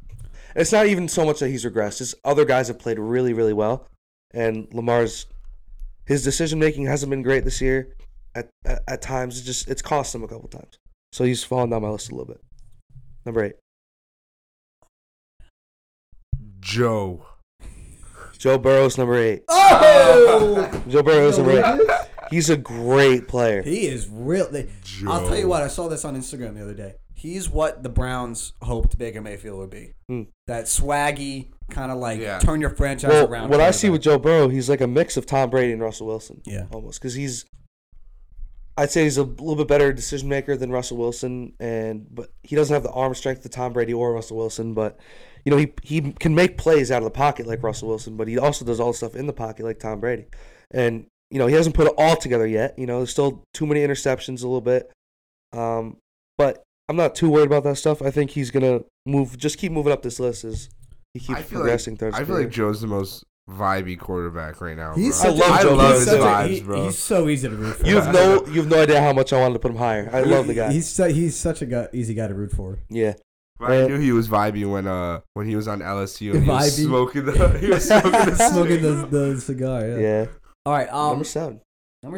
[SPEAKER 3] It's not even so much that he's regressed. It's other guys have played really, really well, and Lamar's his decision making hasn't been great this year. At, at at times, it just it's cost him a couple times. So he's fallen down my list a little bit. Number eight,
[SPEAKER 1] Joe.
[SPEAKER 3] Joe Burrow's number eight. [LAUGHS]
[SPEAKER 2] Oh.
[SPEAKER 3] Joe Burrow's number eight. He's a great
[SPEAKER 2] [LAUGHS]
[SPEAKER 3] player.
[SPEAKER 2] He is real. They,
[SPEAKER 1] Joe.
[SPEAKER 2] I'll tell you what. I saw this on Instagram the other day. He's what the Browns hoped Baker Mayfield would be.
[SPEAKER 3] Hmm.
[SPEAKER 2] That swaggy kind of like
[SPEAKER 1] Yeah.
[SPEAKER 2] turn your franchise
[SPEAKER 3] Well,
[SPEAKER 2] around.
[SPEAKER 3] what I see
[SPEAKER 2] quarterback.
[SPEAKER 3] with Joe Burrow, he's like a mix of Tom Brady and Russell Wilson.
[SPEAKER 2] Yeah.
[SPEAKER 3] almost because he's. I'd say he's a little bit better decision maker than Russell Wilson, and but he doesn't have the arm strength of Tom Brady or Russell Wilson. But you know he he can make plays out of the pocket like Russell Wilson, but he also does all the stuff in the pocket like Tom Brady. And you know he hasn't put it all together yet. You know there's still too many interceptions a little bit, um, but I'm not too worried about that stuff. I think he's gonna move, just keep moving up this list as he keeps
[SPEAKER 1] I feel
[SPEAKER 3] progressing.
[SPEAKER 1] like,
[SPEAKER 3] towards
[SPEAKER 1] I feel
[SPEAKER 3] career.
[SPEAKER 1] like Joe's the most vibey quarterback right now.
[SPEAKER 2] He's
[SPEAKER 1] bro.
[SPEAKER 2] such a-
[SPEAKER 3] I love
[SPEAKER 1] I
[SPEAKER 3] Joe
[SPEAKER 1] love
[SPEAKER 3] Burrow.
[SPEAKER 1] his
[SPEAKER 2] such a-
[SPEAKER 1] vibes,
[SPEAKER 2] he-
[SPEAKER 1] bro.
[SPEAKER 2] He's so easy to root for.
[SPEAKER 3] You have no, you have no idea how much I wanted to put him higher. I love the guy.
[SPEAKER 2] He's so, he's such a guy, easy guy to root for.
[SPEAKER 3] yeah,
[SPEAKER 1] But I knew he was vibey when uh when he was on LSU and he was
[SPEAKER 2] Vibey.
[SPEAKER 1] smoking the [LAUGHS] [LAUGHS]
[SPEAKER 2] [LAUGHS]
[SPEAKER 1] he was smoking the
[SPEAKER 2] Smoking
[SPEAKER 1] cigarette.
[SPEAKER 2] the, the cigar. Yeah.
[SPEAKER 3] yeah.
[SPEAKER 2] All right. Um,
[SPEAKER 3] Number
[SPEAKER 2] number,
[SPEAKER 3] seven.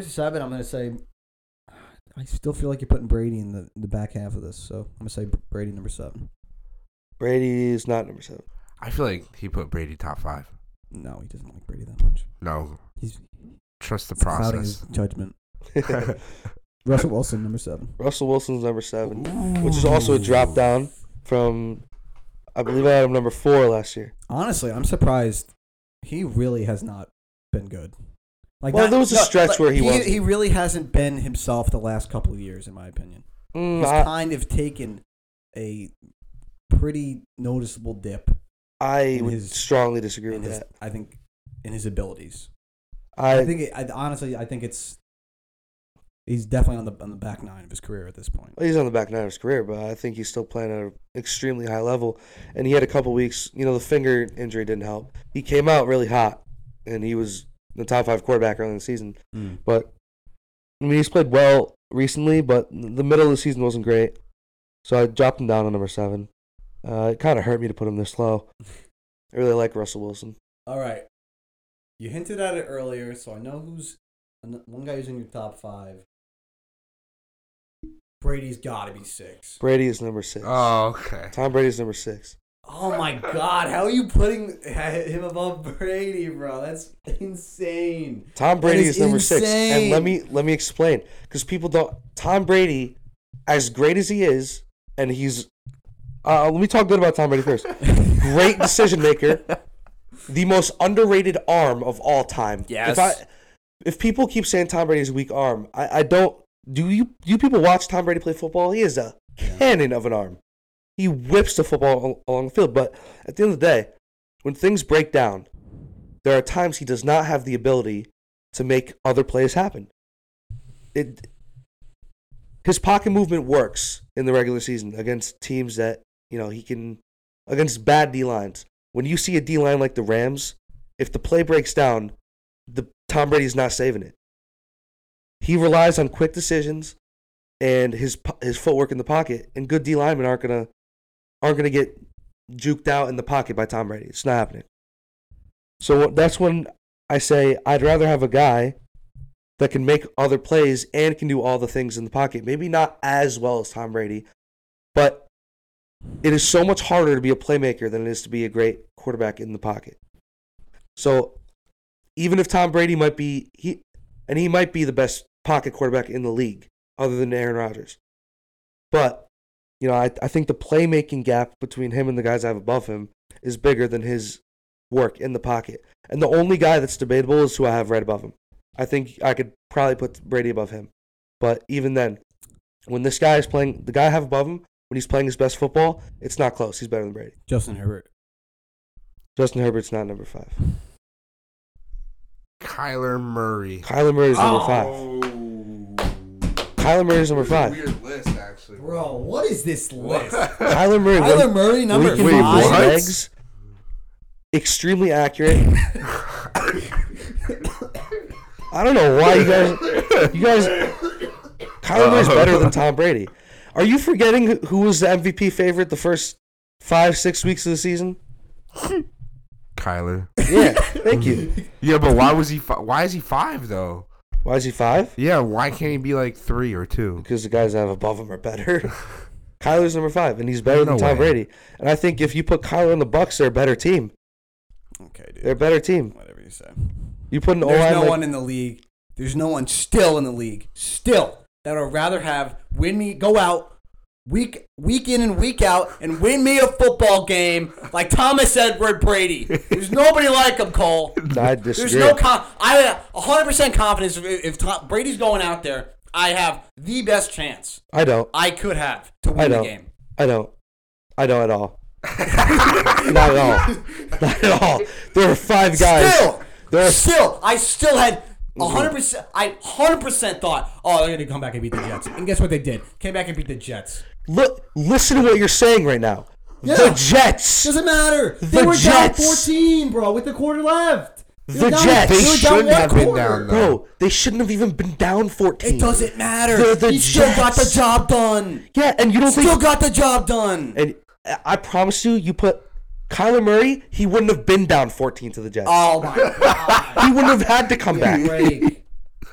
[SPEAKER 2] seven. I'm gonna say I still feel like you're putting Brady in the, the back half of this, so I'm gonna say Brady number seven.
[SPEAKER 3] Brady is not number seven.
[SPEAKER 1] I feel like he put Brady top five.
[SPEAKER 2] No, he doesn't like Brady that much.
[SPEAKER 1] No,
[SPEAKER 2] He's
[SPEAKER 1] trust the
[SPEAKER 2] clouding his
[SPEAKER 1] process.
[SPEAKER 2] judgment. [LAUGHS] Russell Wilson number seven.
[SPEAKER 3] Russell Wilson's number seven, which is also a drop down from, I believe I had him number four last year.
[SPEAKER 2] Honestly, I'm surprised he really has not been good. Like
[SPEAKER 3] Well,
[SPEAKER 2] not-
[SPEAKER 3] there was a stretch
[SPEAKER 2] like,
[SPEAKER 3] where he
[SPEAKER 2] he
[SPEAKER 3] wasn't.
[SPEAKER 2] he really hasn't been himself the last couple of years, in my opinion.
[SPEAKER 3] Mm,
[SPEAKER 2] He's
[SPEAKER 3] I,
[SPEAKER 2] kind of taken a pretty noticeable dip
[SPEAKER 3] I
[SPEAKER 2] in
[SPEAKER 3] would
[SPEAKER 2] his-
[SPEAKER 3] strongly disagree
[SPEAKER 2] in
[SPEAKER 3] with
[SPEAKER 2] his,
[SPEAKER 3] that.
[SPEAKER 2] I think, in his abilities.
[SPEAKER 3] I,
[SPEAKER 2] I think it, I, honestly, I think it's he's definitely on the on the back nine of his career at this point.
[SPEAKER 3] Well, he's on the back nine of his career, but I think he's still playing at an extremely high level. And he had a couple weeks, you know, the finger injury didn't help. He came out really hot, and he was the top five quarterback early in the season.
[SPEAKER 2] Mm.
[SPEAKER 3] But I mean, he's played well recently, but the middle of the season wasn't great. So I dropped him down to number seven. Uh, it kind of hurt me to put him this low. I really like Russell Wilson.
[SPEAKER 2] All right, you hinted at it earlier, so I know who's an- one guy who's in your top five. Brady's got to be six.
[SPEAKER 3] Brady is number six.
[SPEAKER 1] [LAUGHS] Oh, okay.
[SPEAKER 3] Tom Brady's number six.
[SPEAKER 2] Oh my God! How are you putting [LAUGHS] him above Brady, bro? That's insane.
[SPEAKER 3] Tom
[SPEAKER 2] That
[SPEAKER 3] Brady
[SPEAKER 2] is
[SPEAKER 3] is, number six, and
[SPEAKER 2] insane.
[SPEAKER 3] let me let me explain because people don't. Tom Brady, as great as he is, and he's. Uh, let me talk good about Tom Brady first. great decision maker, the most underrated arm of all time.
[SPEAKER 4] Yes.
[SPEAKER 3] If, I, if people keep saying Tom Brady's a weak arm, I, I don't. Do you you people watch Tom Brady play football? He is a cannon of an arm. He whips the football al- along the field, but at the end of the day, when things break down, there are times he does not have the ability to make other plays happen. It his pocket movement works in the regular season against teams that, you know, he can against bad D lines. When you see a D line like the Rams, if the play breaks down, the Tom Brady's not saving it. He relies on quick decisions and his po- his footwork in the pocket, and good D linemen aren't gonna aren't gonna get juked out in the pocket by Tom Brady. It's not happening. So that's when I say I'd rather have a guy that can make other plays and can do all the things in the pocket. Maybe not as well as Tom Brady, but it is so much harder to be a playmaker than it is to be a great quarterback in the pocket. So even if Tom Brady might be he and he might be the best pocket quarterback in the league other than Aaron Rodgers. But you know, I, I think the playmaking gap between him and the guys I have above him is bigger than his work in the pocket. And the only guy that's debatable is who I have right above him. I think I could probably put Brady above him. But even then, when this guy is playing, the guy I have above him, when he's playing his best football, it's not close. He's better than Brady.
[SPEAKER 2] Justin Herbert.
[SPEAKER 3] Justin Herbert's not number five.
[SPEAKER 1] Kyler Murray. Oh.
[SPEAKER 3] Kyler Murray's number five. Kyler Murray's number five.
[SPEAKER 1] Weird list, actually.
[SPEAKER 2] Bro, what is
[SPEAKER 1] [LAUGHS]
[SPEAKER 2] this list?
[SPEAKER 3] Kyler Murray,
[SPEAKER 2] Tyler Murray number
[SPEAKER 1] wait,
[SPEAKER 2] five.
[SPEAKER 1] what?
[SPEAKER 3] legs, extremely accurate. I don't know why you guys, you guys, Kyler Murray's better than Tom Brady. Are you forgetting who was the MVP favorite the first five, six weeks of the season?
[SPEAKER 1] Kyler.
[SPEAKER 3] Yeah, thank you.
[SPEAKER 1] Yeah, but why was he? Fi- why is he five though?
[SPEAKER 3] Why is he five?
[SPEAKER 1] Yeah, why can't he be like three or two?
[SPEAKER 3] Because the guys I have above him are better. Kyler's number five, and he's better than
[SPEAKER 1] No
[SPEAKER 3] Tom
[SPEAKER 1] way.
[SPEAKER 3] Brady. And I think if you put Kyler in the Bucks, they're a better team.
[SPEAKER 2] Okay,
[SPEAKER 3] They're a
[SPEAKER 2] dude.
[SPEAKER 3] better team.
[SPEAKER 2] Whatever you say.
[SPEAKER 3] You put an O
[SPEAKER 2] There's
[SPEAKER 3] line
[SPEAKER 2] no
[SPEAKER 3] like
[SPEAKER 2] one in the league. There's no one still in the league. Still that would rather have win me go out week week in and week out and win me a football game like Thomas Edward Brady. There's nobody like him, Cole.
[SPEAKER 3] I
[SPEAKER 2] There's
[SPEAKER 3] disagree.
[SPEAKER 2] no con- I have 100 percent confidence if, if Tom- Brady's going out there, I have the best chance
[SPEAKER 3] I don't.
[SPEAKER 2] I could have to
[SPEAKER 3] I
[SPEAKER 2] win the
[SPEAKER 3] don't.
[SPEAKER 2] game.
[SPEAKER 3] I don't. I don't at all. [LAUGHS] Not
[SPEAKER 2] [LAUGHS]
[SPEAKER 3] at all. Not at all. There are five guys.
[SPEAKER 2] Still,
[SPEAKER 3] there are Mm-hmm.
[SPEAKER 2] still, I still had 100%. I 100% thought, oh, they're going to come back and beat the Jets. And guess what they did? Came back and beat the Jets.
[SPEAKER 3] Look, listen to what you're saying right now.
[SPEAKER 2] Yeah.
[SPEAKER 3] The Jets.
[SPEAKER 2] Doesn't matter. They
[SPEAKER 3] The
[SPEAKER 2] were
[SPEAKER 3] Jets.
[SPEAKER 2] down 14, bro, with the quarter left. They were
[SPEAKER 3] The
[SPEAKER 2] down-
[SPEAKER 3] Jets.
[SPEAKER 2] were
[SPEAKER 3] They
[SPEAKER 2] down
[SPEAKER 1] shouldn't
[SPEAKER 2] one
[SPEAKER 1] have been
[SPEAKER 2] quarter.
[SPEAKER 1] down, though.
[SPEAKER 3] Bro, they shouldn't have even been down 14.
[SPEAKER 2] It doesn't matter.
[SPEAKER 3] They're the
[SPEAKER 2] he still got the
[SPEAKER 3] Jets.
[SPEAKER 2] job done.
[SPEAKER 3] Yeah, and you don't
[SPEAKER 2] Still
[SPEAKER 3] think.
[SPEAKER 2] got the job done.
[SPEAKER 3] And I- I promise you, you put Kyler Murray, he wouldn't have been down 14 to the Jets.
[SPEAKER 2] Oh, my God.
[SPEAKER 3] [LAUGHS]
[SPEAKER 2] [LAUGHS]
[SPEAKER 3] he wouldn't have had to come back.
[SPEAKER 2] Break.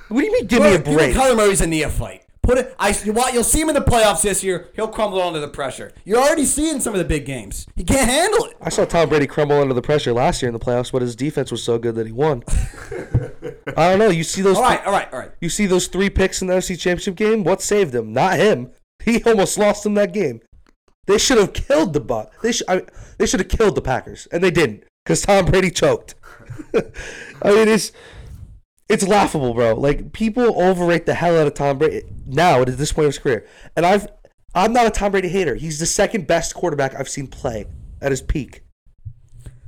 [SPEAKER 3] What do you mean, give me a
[SPEAKER 2] Give me
[SPEAKER 3] break?
[SPEAKER 2] Kyler Murray's a neophyte. Put it. I. You will see him in the playoffs this year. He'll crumble under the pressure. You're already seeing some of the big games. He can't handle it.
[SPEAKER 3] I saw Tom Brady crumble under the pressure last year in the playoffs, but his defense was so good that
[SPEAKER 2] [LAUGHS]
[SPEAKER 3] he won. I don't know. You see those.
[SPEAKER 2] All right. All right. All right.
[SPEAKER 3] You see those three picks in the NFC Championship game. What saved him? Not him. [LAUGHS] He almost lost him that game. They should have killed the bot. They should. I, they should have killed the Packers, and they didn't because Tom Brady choked. [LAUGHS] I mean, it's it's laughable, bro. Like people overrate the hell out of Tom Brady now at this point of his career, and I've I'm not a Tom Brady hater. He's the second best quarterback I've seen play at his peak.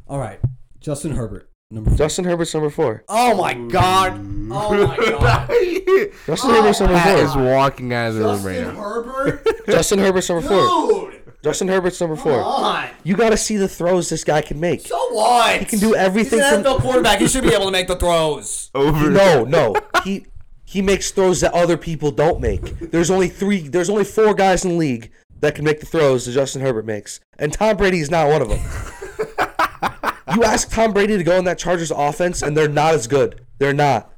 [SPEAKER 2] All right. Justin Herbert, number. Four.
[SPEAKER 3] Justin Herbert's number four.
[SPEAKER 2] Oh my God. Oh [LAUGHS] my God.
[SPEAKER 1] Oh,
[SPEAKER 3] Justin Herbert's number
[SPEAKER 1] Pat is
[SPEAKER 3] four.
[SPEAKER 1] walking out of the room right
[SPEAKER 2] Justin
[SPEAKER 1] now.
[SPEAKER 2] Herbert.
[SPEAKER 3] [LAUGHS] Justin Herbert's number four.
[SPEAKER 2] Dude.
[SPEAKER 3] Justin Herbert's number
[SPEAKER 2] Come
[SPEAKER 3] four.
[SPEAKER 2] on.
[SPEAKER 3] You got to see the throws this guy can make.
[SPEAKER 2] Oh. So what? He
[SPEAKER 3] can do everything
[SPEAKER 2] He's an
[SPEAKER 3] from-
[SPEAKER 2] NFL quarterback. He should be able to make the throws.
[SPEAKER 1] Over.
[SPEAKER 3] No, no. He he makes throws that other people don't make. There's only three. There's only four guys in the league that can make the throws that Justin Herbert makes, and Tom Brady is not one of them. you ask Tom Brady to go in that Chargers offense, and they're not as good. They're not.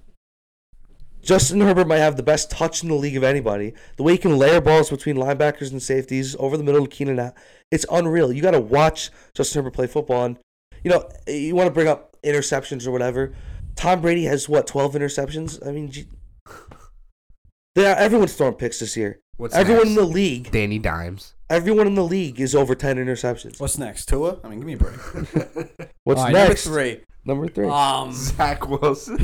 [SPEAKER 3] Justin Herbert might have the best touch in the league of anybody. The way he can layer balls between linebackers and safeties over the middle to Keenan, Allen, it's unreal. You got to watch Justin Herbert play football. And, you know, you want to bring up interceptions or whatever. Tom Brady has, what, 12 interceptions? I mean, gee- they are, everyone's throwing picks this year.
[SPEAKER 1] What's
[SPEAKER 3] everyone in
[SPEAKER 1] next?
[SPEAKER 3] the league,
[SPEAKER 1] Danny Dimes.
[SPEAKER 3] everyone in the league is over 10 interceptions.
[SPEAKER 2] What's next? Tua? I mean, give me a break.
[SPEAKER 3] What's
[SPEAKER 2] All right,
[SPEAKER 3] next?
[SPEAKER 2] Number three.
[SPEAKER 3] Number three.
[SPEAKER 2] Um,
[SPEAKER 1] Zach Wilson.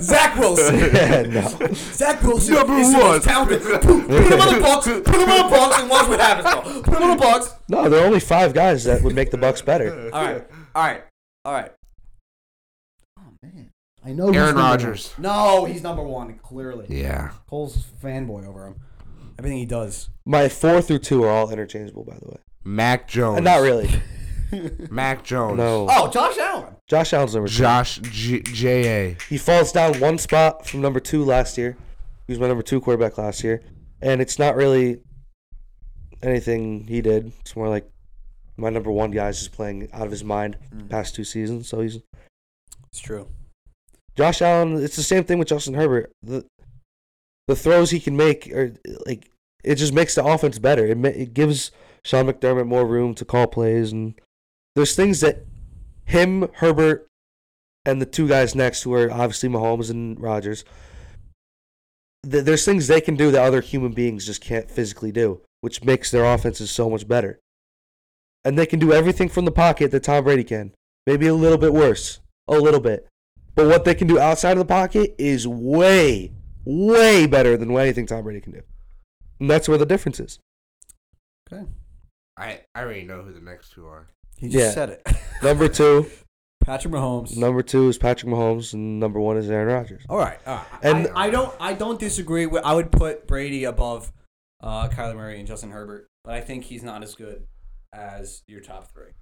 [SPEAKER 2] Zach Wilson. [LAUGHS]
[SPEAKER 3] yeah, [LAUGHS] no.
[SPEAKER 2] Zach Wilson
[SPEAKER 1] Number
[SPEAKER 2] is the
[SPEAKER 1] one.
[SPEAKER 2] most talented. Put him on the box. Put him on the box and watch what happens. Though. Put him on the box.
[SPEAKER 3] No, there are only five guys that would make the Bucks better.
[SPEAKER 2] All right. All right. All right. Oh man, I know. he's
[SPEAKER 1] Aaron
[SPEAKER 2] number
[SPEAKER 1] Rodgers.
[SPEAKER 2] one. No, he's number one. Clearly,
[SPEAKER 1] Yeah.
[SPEAKER 2] Cole's fanboy over him. Everything he does.
[SPEAKER 3] My four through two are all interchangeable, by the way.
[SPEAKER 1] Mac Jones.
[SPEAKER 3] Uh, Not really.
[SPEAKER 1] Mac Jones.
[SPEAKER 3] No.
[SPEAKER 2] Oh, Josh Allen.
[SPEAKER 3] Josh Allen's number two.
[SPEAKER 1] Josh G- J.A.
[SPEAKER 3] He falls down one spot from number two last year. He was my number two quarterback last year. And it's not really anything he did. It's more like my number one guy's just playing out of his mind past two seasons. So he's
[SPEAKER 2] It's true.
[SPEAKER 3] Josh Allen. It's the same thing with Justin Herbert. The the throws he can make are like it just makes the offense better. It ma- it gives Sean McDermott more room to call plays and there's things that him Herbert and the two guys next who are obviously Mahomes and Rodgers. th- There's things they can do that other human beings just can't physically do, which makes their offenses so much better. And they can do everything from the pocket that Tom Brady can. Maybe a little bit worse, a little bit. But what they can do outside of the pocket is way, way better than anything Tom Brady can do. And that's where the difference is.
[SPEAKER 2] Okay.
[SPEAKER 1] I, I already know who the next two are.
[SPEAKER 2] He
[SPEAKER 3] Yeah.
[SPEAKER 2] said
[SPEAKER 3] [LAUGHS]
[SPEAKER 2] it.
[SPEAKER 3] Number two,
[SPEAKER 2] Patrick Mahomes.
[SPEAKER 3] number two is Patrick Mahomes, and number one is Aaron Rodgers.
[SPEAKER 2] All right, all right.
[SPEAKER 3] And-
[SPEAKER 2] I, I don't, I don't disagree with. I would put Brady above uh, Kyler Murray and Justin Herbert, but I think he's not as good as your top three.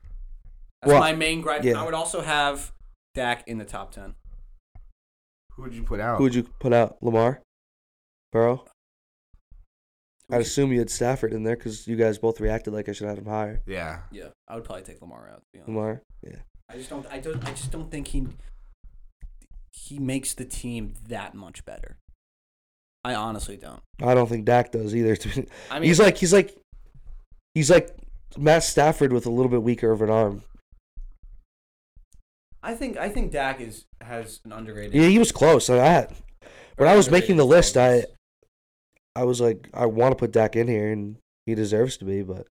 [SPEAKER 2] That's
[SPEAKER 3] Well,
[SPEAKER 2] my main gripe.
[SPEAKER 3] yeah.
[SPEAKER 2] I would also have Dak in the top ten.
[SPEAKER 1] Who would you put out?
[SPEAKER 2] Oh.
[SPEAKER 3] Who would you put out? Lamar, Burrow. I'd assume you had Stafford in there because you guys both reacted like I should have had him higher.
[SPEAKER 1] yeah.
[SPEAKER 2] Yeah, I would probably take Lamar out. To be honest.
[SPEAKER 3] Lamar, yeah.
[SPEAKER 2] I just don't. I don't. I just don't think he he makes the team that much better. I honestly don't.
[SPEAKER 3] I don't think Dak does either. [LAUGHS] to be-
[SPEAKER 2] I mean,
[SPEAKER 3] he's like he's like he's like Matt Stafford with a little bit weaker of an arm.
[SPEAKER 2] I think I think Dak is has an underrated.
[SPEAKER 3] Yeah, he was close. I, I had, when I was making the list, I
[SPEAKER 2] intelligence.
[SPEAKER 3] I was like, I want to put Dak in here, and he deserves to be. But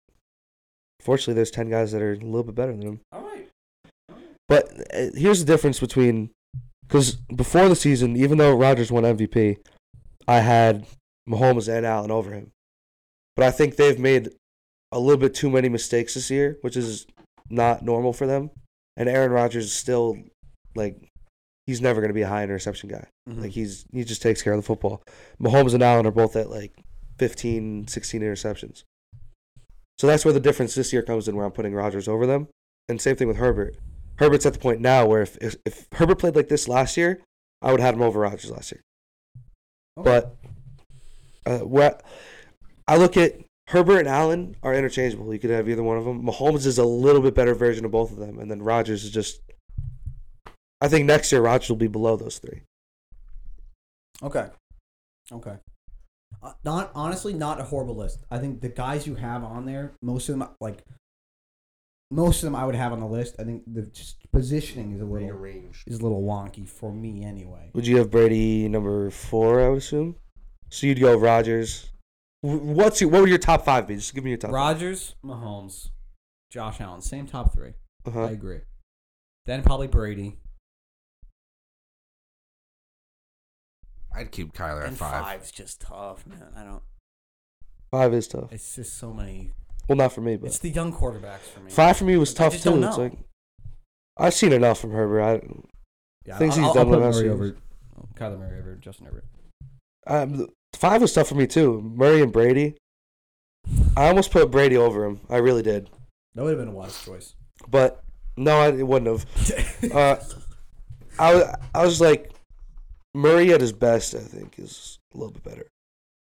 [SPEAKER 3] fortunately, there's ten guys that are a little bit better than him.
[SPEAKER 2] All right.
[SPEAKER 3] But uh, here's the difference between because before the season, even though Rodgers won MVP, I had Mahomes and Allen over him. But I think they've made a little bit too many mistakes this year, which is not normal for them. And Aaron Rodgers is still like he's never going to be a high interception guy.
[SPEAKER 2] Mhm.
[SPEAKER 3] Like he's he just takes care of the football. Mahomes and Allen are both at like 15, 16 interceptions. So that's where the difference this year comes in where I'm putting Rodgers over them. And same thing with Herbert. Herbert's at the point now where if, if, if Herbert played like this last year, I would have had him over Rodgers last year. But uh, where I look at Herbert and Allen are interchangeable. You could have either one of them. Mahomes is a little bit better version of both of them, and then Rodgers is just. I think next year Rodgers will be below those three.
[SPEAKER 2] Okay. Okay. uh, not honestly not a horrible list. I think the guys you have on there, most of them like most of them I would have on the list. I think the just positioning is a little
[SPEAKER 4] Rearranged.
[SPEAKER 2] is a little wonky for me anyway.
[SPEAKER 3] Would you have Brady number four? I would assume. So you'd go Rogers. What's your what would your top five be? Just give me your top.
[SPEAKER 2] Rogers, Mahomes, Josh Allen, same top three.
[SPEAKER 3] five. Uh-huh.
[SPEAKER 2] I agree. Then probably Brady.
[SPEAKER 1] I'd keep Kyler at
[SPEAKER 2] And
[SPEAKER 1] five.
[SPEAKER 2] five's just tough, man. I don't.
[SPEAKER 3] Five is tough.
[SPEAKER 2] It's just so many.
[SPEAKER 3] Well, not for me, but
[SPEAKER 2] It's the young quarterbacks for me.
[SPEAKER 3] five for me was
[SPEAKER 2] I
[SPEAKER 3] tough
[SPEAKER 2] just don't
[SPEAKER 3] too. It's
[SPEAKER 2] know.
[SPEAKER 3] like I've seen enough from Herbert. I
[SPEAKER 2] Yeah,
[SPEAKER 3] Things he's done last year.
[SPEAKER 2] oh, Kyler Murray over Justin Herbert.
[SPEAKER 3] Um, five was tough for me too. Murray and Brady. I almost put Brady over him. I really did,
[SPEAKER 2] That would have been a wise choice. [LAUGHS]
[SPEAKER 3] but no, I, it wouldn't have. Uh, I wa- I was like Murray at his best. I think is a little bit better.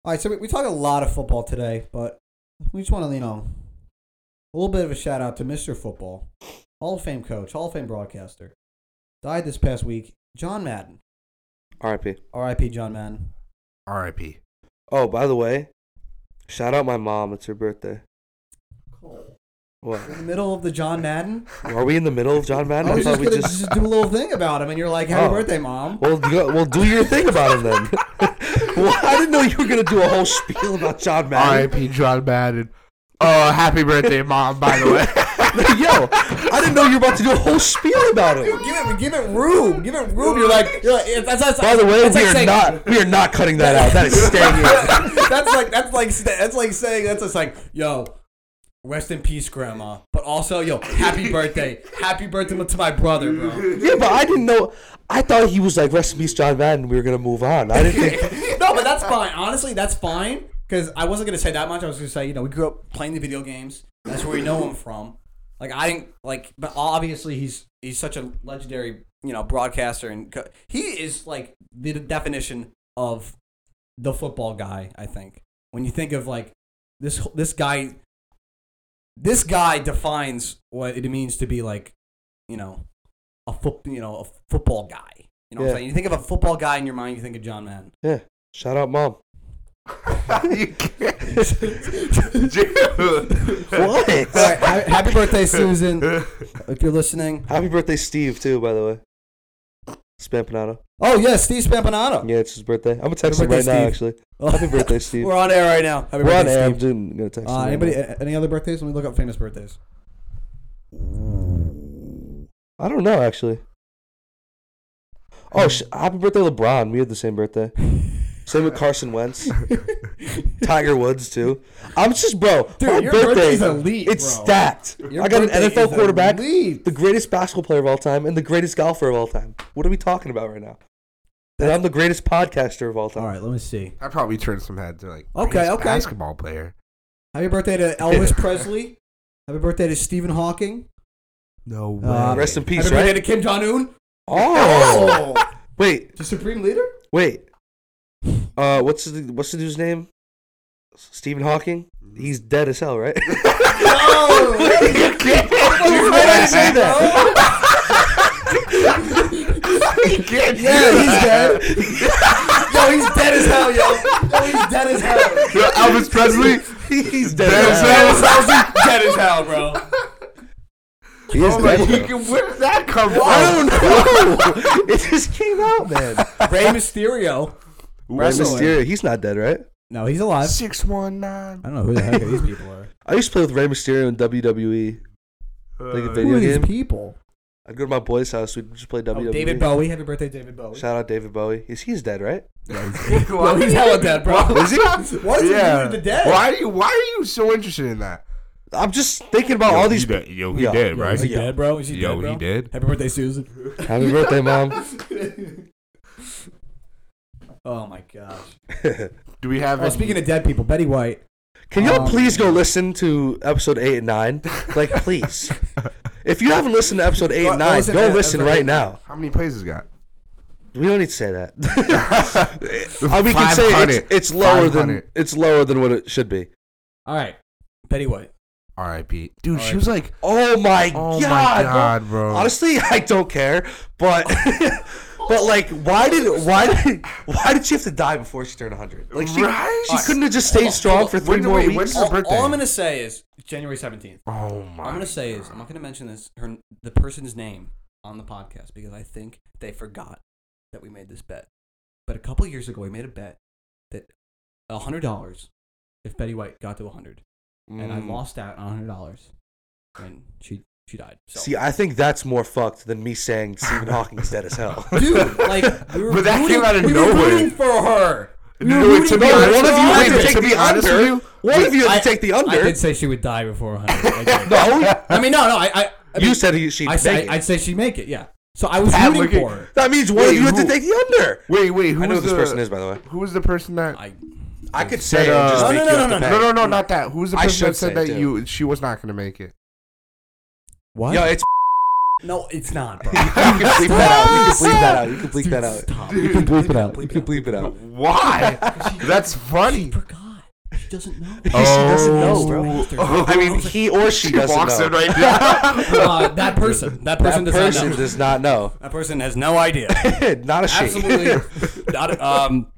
[SPEAKER 2] All right, so we, we talked a lot of football today, but we just want to, you know, a little bit of a shout out to Mr. Football, Hall of Fame coach, Hall of Fame broadcaster, died this past week, John Madden.
[SPEAKER 3] R.I.P.
[SPEAKER 2] R.I.P. John Madden.
[SPEAKER 1] R.I.P.
[SPEAKER 3] Oh, by the way, shout out my mom. It's her birthday. What?
[SPEAKER 2] In the middle of the John Madden.
[SPEAKER 3] Are we in the middle of John Madden?
[SPEAKER 2] [LAUGHS] I
[SPEAKER 3] I
[SPEAKER 2] was
[SPEAKER 3] thought
[SPEAKER 2] just
[SPEAKER 3] we
[SPEAKER 2] gonna
[SPEAKER 3] just.
[SPEAKER 2] just... do a little thing about him, and you're like, "Happy
[SPEAKER 3] Oh.
[SPEAKER 2] birthday, mom."
[SPEAKER 3] Well, go, well, do your thing about
[SPEAKER 2] [LAUGHS]
[SPEAKER 3] him then. well, I didn't know you were gonna do a whole spiel about John Madden.
[SPEAKER 1] R.I.P. John Madden. Oh, happy birthday, mom! By the way,
[SPEAKER 3] [LAUGHS] Yo, I didn't know you were about to do a whole spiel about him.
[SPEAKER 2] Give it, give it room, give it room. You're like, you're like that's, that's,
[SPEAKER 3] By the way,
[SPEAKER 2] that's
[SPEAKER 3] we
[SPEAKER 2] like
[SPEAKER 3] are
[SPEAKER 2] saying-
[SPEAKER 3] not we are not cutting that out. That is staying in.
[SPEAKER 2] [LAUGHS] that's like that's like that's like saying that's just like yo rest in peace grandma but also yo happy birthday happy birthday to my brother bro
[SPEAKER 3] Yeah, but I didn't know. I thought he was like rest in peace, John Madden. We were gonna move on. I didn't
[SPEAKER 2] [LAUGHS]
[SPEAKER 3] think.
[SPEAKER 2] no but that's fine honestly that's fine because i wasn't gonna say that much i was gonna say you know we grew up playing the video games that's where we know him from like i didn't like but obviously he's he's such a legendary you know broadcaster and co- he is like the definition of the football guy i think when you think of like this this guy this guy defines what it means to be like, you know, a foot, you know, a football guy. You know what
[SPEAKER 3] Yeah.
[SPEAKER 2] I'm saying? You think of a football guy in your mind, you think of John Madden.
[SPEAKER 3] Yeah. Shout out,
[SPEAKER 2] [LAUGHS]
[SPEAKER 3] mom. [LAUGHS]
[SPEAKER 1] [LAUGHS] you can't, dude.
[SPEAKER 3] What?
[SPEAKER 2] All right, ha- happy birthday, Susan,
[SPEAKER 1] [LAUGHS]
[SPEAKER 2] if you're listening.
[SPEAKER 3] [LAUGHS] Happy birthday, Steve. Too, by the way. Spampanato.
[SPEAKER 2] Oh yeah, Steve Spampanato.
[SPEAKER 3] Yeah, it's his birthday. I'm gonna text him
[SPEAKER 2] birthday,
[SPEAKER 3] right now.
[SPEAKER 2] Steve.
[SPEAKER 3] Actually, happy
[SPEAKER 2] [LAUGHS]
[SPEAKER 3] birthday, Steve.
[SPEAKER 2] We're on air right now. Happy
[SPEAKER 3] We're on
[SPEAKER 2] birthday,
[SPEAKER 3] air. I'm
[SPEAKER 2] Steve.
[SPEAKER 3] doing- I'm gonna text him
[SPEAKER 2] Uh,
[SPEAKER 3] right
[SPEAKER 2] anybody?
[SPEAKER 3] now.
[SPEAKER 2] a- Any other birthdays? Let me look up famous birthdays.
[SPEAKER 3] I don't know actually. Oh, sh- happy birthday, LeBron. We had the
[SPEAKER 2] [LAUGHS]
[SPEAKER 3] same birthday. Same with Carson Wentz, Tiger Woods too. I'm just bro.
[SPEAKER 2] Dude,
[SPEAKER 3] my
[SPEAKER 2] your
[SPEAKER 3] birthday,
[SPEAKER 2] birthday's elite,
[SPEAKER 3] It's
[SPEAKER 2] bro.
[SPEAKER 3] stacked.
[SPEAKER 2] Your
[SPEAKER 3] I got an
[SPEAKER 2] birthday
[SPEAKER 3] NFL
[SPEAKER 2] is
[SPEAKER 3] quarterback,
[SPEAKER 2] elite.
[SPEAKER 3] the greatest basketball player of all time, and the greatest golfer of all time. What are we talking about right now? And I'm the greatest podcaster of all time.
[SPEAKER 2] All right, let me see.
[SPEAKER 1] I probably turned some heads. They're like,
[SPEAKER 2] Okay,
[SPEAKER 1] "Greatest
[SPEAKER 2] okay.
[SPEAKER 1] basketball player.
[SPEAKER 2] Happy birthday to
[SPEAKER 3] [LAUGHS]
[SPEAKER 2] Elvis Presley. Happy birthday to Stephen Hawking.
[SPEAKER 1] No way.
[SPEAKER 2] Uh,
[SPEAKER 3] Rest in peace,
[SPEAKER 2] Happy [LAUGHS] birthday
[SPEAKER 3] right?
[SPEAKER 2] to Kim Jong
[SPEAKER 3] [LAUGHS]
[SPEAKER 2] Un.
[SPEAKER 3] Oh, wait,
[SPEAKER 2] to Supreme Leader.
[SPEAKER 3] wait. Uh, what's the what's the dude's name? Stephen Hawking.
[SPEAKER 2] Mm-hmm.
[SPEAKER 3] He's dead as hell, right? [LAUGHS]
[SPEAKER 1] [LAUGHS]
[SPEAKER 2] No. [LAUGHS]
[SPEAKER 3] Why did I say that? [LAUGHS]
[SPEAKER 2] [LAUGHS] Yeah, he's dead. yo, he's dead as hell, yo. Yo, he's dead as
[SPEAKER 3] [LAUGHS]
[SPEAKER 2] hell.
[SPEAKER 1] Yo, Elvis Presley.
[SPEAKER 2] [LAUGHS]
[SPEAKER 3] He's dead.
[SPEAKER 1] Dead as hell.
[SPEAKER 2] Dead as hell, bro.
[SPEAKER 3] He is
[SPEAKER 1] Oh my,
[SPEAKER 3] dead.
[SPEAKER 1] you can, where did that come from?
[SPEAKER 3] [LAUGHS] I don't know. [LAUGHS] it just came out, man. [LAUGHS]
[SPEAKER 2] Rey Mysterio.
[SPEAKER 3] Rey
[SPEAKER 2] Wrestling.
[SPEAKER 3] Mysterio, he's not dead, right?
[SPEAKER 2] No, he's alive.
[SPEAKER 1] Six one nine.
[SPEAKER 2] I don't know who the heck these people are.
[SPEAKER 3] I used to play with Rey Mysterio in WWE. Like
[SPEAKER 1] [LAUGHS]
[SPEAKER 2] [LAUGHS]
[SPEAKER 3] a
[SPEAKER 2] Who
[SPEAKER 3] video
[SPEAKER 2] are these
[SPEAKER 3] game.
[SPEAKER 2] people?
[SPEAKER 3] I'd go to my boy's house. We'd just play WWE.
[SPEAKER 2] Oh,
[SPEAKER 1] E.
[SPEAKER 2] David Bowie. Happy birthday, David Bowie.
[SPEAKER 3] Shout out David Bowie. Is he's dead, right?
[SPEAKER 2] Yo, he's hella dead, bro.
[SPEAKER 1] Is he? [LAUGHS]
[SPEAKER 2] [LAUGHS] What is he doing to the dead?
[SPEAKER 1] Why are you? Why are you so interested in that?
[SPEAKER 3] I'm just thinking about all these.
[SPEAKER 1] Yo, he, yo,
[SPEAKER 3] Yeah.
[SPEAKER 1] did, right?
[SPEAKER 2] Is he dead, bro? Is he
[SPEAKER 1] Yo,
[SPEAKER 2] dead, bro?
[SPEAKER 1] he did.
[SPEAKER 2] Happy birthday, Susan. [LAUGHS]
[SPEAKER 3] Happy birthday, mom.
[SPEAKER 2] Oh my gosh.
[SPEAKER 1] Do we have?
[SPEAKER 2] Oh,
[SPEAKER 1] any-
[SPEAKER 2] speaking of dead people, Betty White.
[SPEAKER 3] [LAUGHS] Can y'all
[SPEAKER 2] Um,
[SPEAKER 3] please go listen to episode eight and nine?
[SPEAKER 1] [LAUGHS]
[SPEAKER 2] [LAUGHS]
[SPEAKER 3] Like, please. if you haven't listened to episode eight and
[SPEAKER 2] Go- go
[SPEAKER 3] nine,
[SPEAKER 2] listen
[SPEAKER 3] go
[SPEAKER 2] to
[SPEAKER 3] listen
[SPEAKER 2] episode eight
[SPEAKER 3] right
[SPEAKER 2] and
[SPEAKER 3] now.
[SPEAKER 1] how many plays has got?
[SPEAKER 3] We don't need to
[SPEAKER 1] [LAUGHS]
[SPEAKER 3] say that. I we can say
[SPEAKER 1] 500.
[SPEAKER 3] it's, it's lower than
[SPEAKER 1] 500.
[SPEAKER 3] it's lower than what it should be.
[SPEAKER 2] All right, Betty White.
[SPEAKER 1] R.I.P. Dude,
[SPEAKER 2] R.I.P.
[SPEAKER 1] she was like,
[SPEAKER 3] Oh my
[SPEAKER 1] oh
[SPEAKER 3] god!
[SPEAKER 1] my
[SPEAKER 3] bro. [LAUGHS]
[SPEAKER 1] god, bro.
[SPEAKER 3] Honestly, I don't care, but [LAUGHS] But like, why did why did why did she have to die before she turned 100? Like she
[SPEAKER 1] Right?
[SPEAKER 3] she couldn't have just stayed strong for three
[SPEAKER 1] When do
[SPEAKER 3] more
[SPEAKER 1] we-
[SPEAKER 3] weeks.
[SPEAKER 1] It's her
[SPEAKER 2] All,
[SPEAKER 1] birthday.
[SPEAKER 2] all I'm gonna say is January 17th.
[SPEAKER 1] Oh my!
[SPEAKER 2] I'm gonna say is I'm not gonna mention this her the person's name on the podcast because I think they forgot that we made this bet. But a couple years ago, we made a bet that hundred dollars if Betty White got to 100, and I
[SPEAKER 3] Mm.
[SPEAKER 2] lost out on hundred dollars when she she died. So.
[SPEAKER 3] See, I think that's more fucked than me saying Stephen Hawking's dead
[SPEAKER 1] [LAUGHS]
[SPEAKER 3] as hell.
[SPEAKER 2] [LAUGHS] Dude, like
[SPEAKER 3] [LAUGHS]
[SPEAKER 2] we were
[SPEAKER 1] But that
[SPEAKER 2] rooting,
[SPEAKER 1] came out of
[SPEAKER 2] we
[SPEAKER 1] nowhere.
[SPEAKER 2] Were rooting for her. We
[SPEAKER 1] No,
[SPEAKER 2] were
[SPEAKER 1] wait,
[SPEAKER 2] rooting
[SPEAKER 1] to be
[SPEAKER 2] for her.
[SPEAKER 1] honest-
[SPEAKER 3] one of you
[SPEAKER 1] Wait,
[SPEAKER 3] had to
[SPEAKER 1] wait,
[SPEAKER 3] take
[SPEAKER 1] to be
[SPEAKER 3] the
[SPEAKER 1] honest
[SPEAKER 3] under.
[SPEAKER 1] with
[SPEAKER 3] One of you
[SPEAKER 2] I-
[SPEAKER 3] had to take the under.
[SPEAKER 2] I did say she would die before
[SPEAKER 3] [LAUGHS]
[SPEAKER 2] 100. I did.
[SPEAKER 3] no,
[SPEAKER 2] I mean, no, no. I, I, I
[SPEAKER 3] you
[SPEAKER 2] mean,
[SPEAKER 3] said he, she'd
[SPEAKER 2] I
[SPEAKER 3] take
[SPEAKER 2] say,
[SPEAKER 3] it.
[SPEAKER 2] I'd say she'd make it. Yeah. So I was
[SPEAKER 1] Pat
[SPEAKER 2] rooting
[SPEAKER 1] looking-
[SPEAKER 2] for her.
[SPEAKER 3] that means one of
[SPEAKER 1] Wait,
[SPEAKER 3] you had to
[SPEAKER 1] who-
[SPEAKER 3] take the under.
[SPEAKER 1] [LAUGHS] Wait, wait. Who
[SPEAKER 3] I know
[SPEAKER 1] was
[SPEAKER 3] who this
[SPEAKER 1] the,
[SPEAKER 3] person is, by the way.
[SPEAKER 1] Who was the person that?
[SPEAKER 2] I
[SPEAKER 3] I could
[SPEAKER 1] Said,
[SPEAKER 3] say it and just
[SPEAKER 1] uh,
[SPEAKER 3] make
[SPEAKER 2] No,
[SPEAKER 3] you
[SPEAKER 2] no,
[SPEAKER 3] up
[SPEAKER 2] no,
[SPEAKER 3] the
[SPEAKER 1] no,
[SPEAKER 3] bet.
[SPEAKER 1] no, no, not that. Who was the
[SPEAKER 3] I
[SPEAKER 1] person
[SPEAKER 3] should
[SPEAKER 1] that
[SPEAKER 3] say
[SPEAKER 1] said that
[SPEAKER 3] too.
[SPEAKER 1] you she was not gonna make
[SPEAKER 3] [LAUGHS]
[SPEAKER 1] it?
[SPEAKER 2] what?
[SPEAKER 3] Yo, it's
[SPEAKER 2] [LAUGHS] no, it's not,
[SPEAKER 3] [LAUGHS]
[SPEAKER 2] bro.
[SPEAKER 3] you can bleep that out. You can bleep that out.
[SPEAKER 2] Stop.
[SPEAKER 1] You can
[SPEAKER 3] You can bleep that out.
[SPEAKER 2] Bleep
[SPEAKER 3] You can bleep it out.
[SPEAKER 2] [LAUGHS]
[SPEAKER 1] Why? That's funny.
[SPEAKER 2] She forgot. She doesn't know.
[SPEAKER 3] She doesn't know,
[SPEAKER 2] Oh.
[SPEAKER 3] bro.
[SPEAKER 2] Oh.
[SPEAKER 3] I mean, he
[SPEAKER 1] [LAUGHS]
[SPEAKER 3] or she, doesn't
[SPEAKER 1] walks
[SPEAKER 3] know.
[SPEAKER 1] in right
[SPEAKER 3] [LAUGHS]
[SPEAKER 1] now.
[SPEAKER 2] Uh, that person. That person
[SPEAKER 3] that
[SPEAKER 2] does
[SPEAKER 3] person
[SPEAKER 2] not know.
[SPEAKER 3] does not know.
[SPEAKER 2] That person has
[SPEAKER 1] [LAUGHS]
[SPEAKER 2] no idea.
[SPEAKER 3] not a she.
[SPEAKER 2] Absolutely. not, um.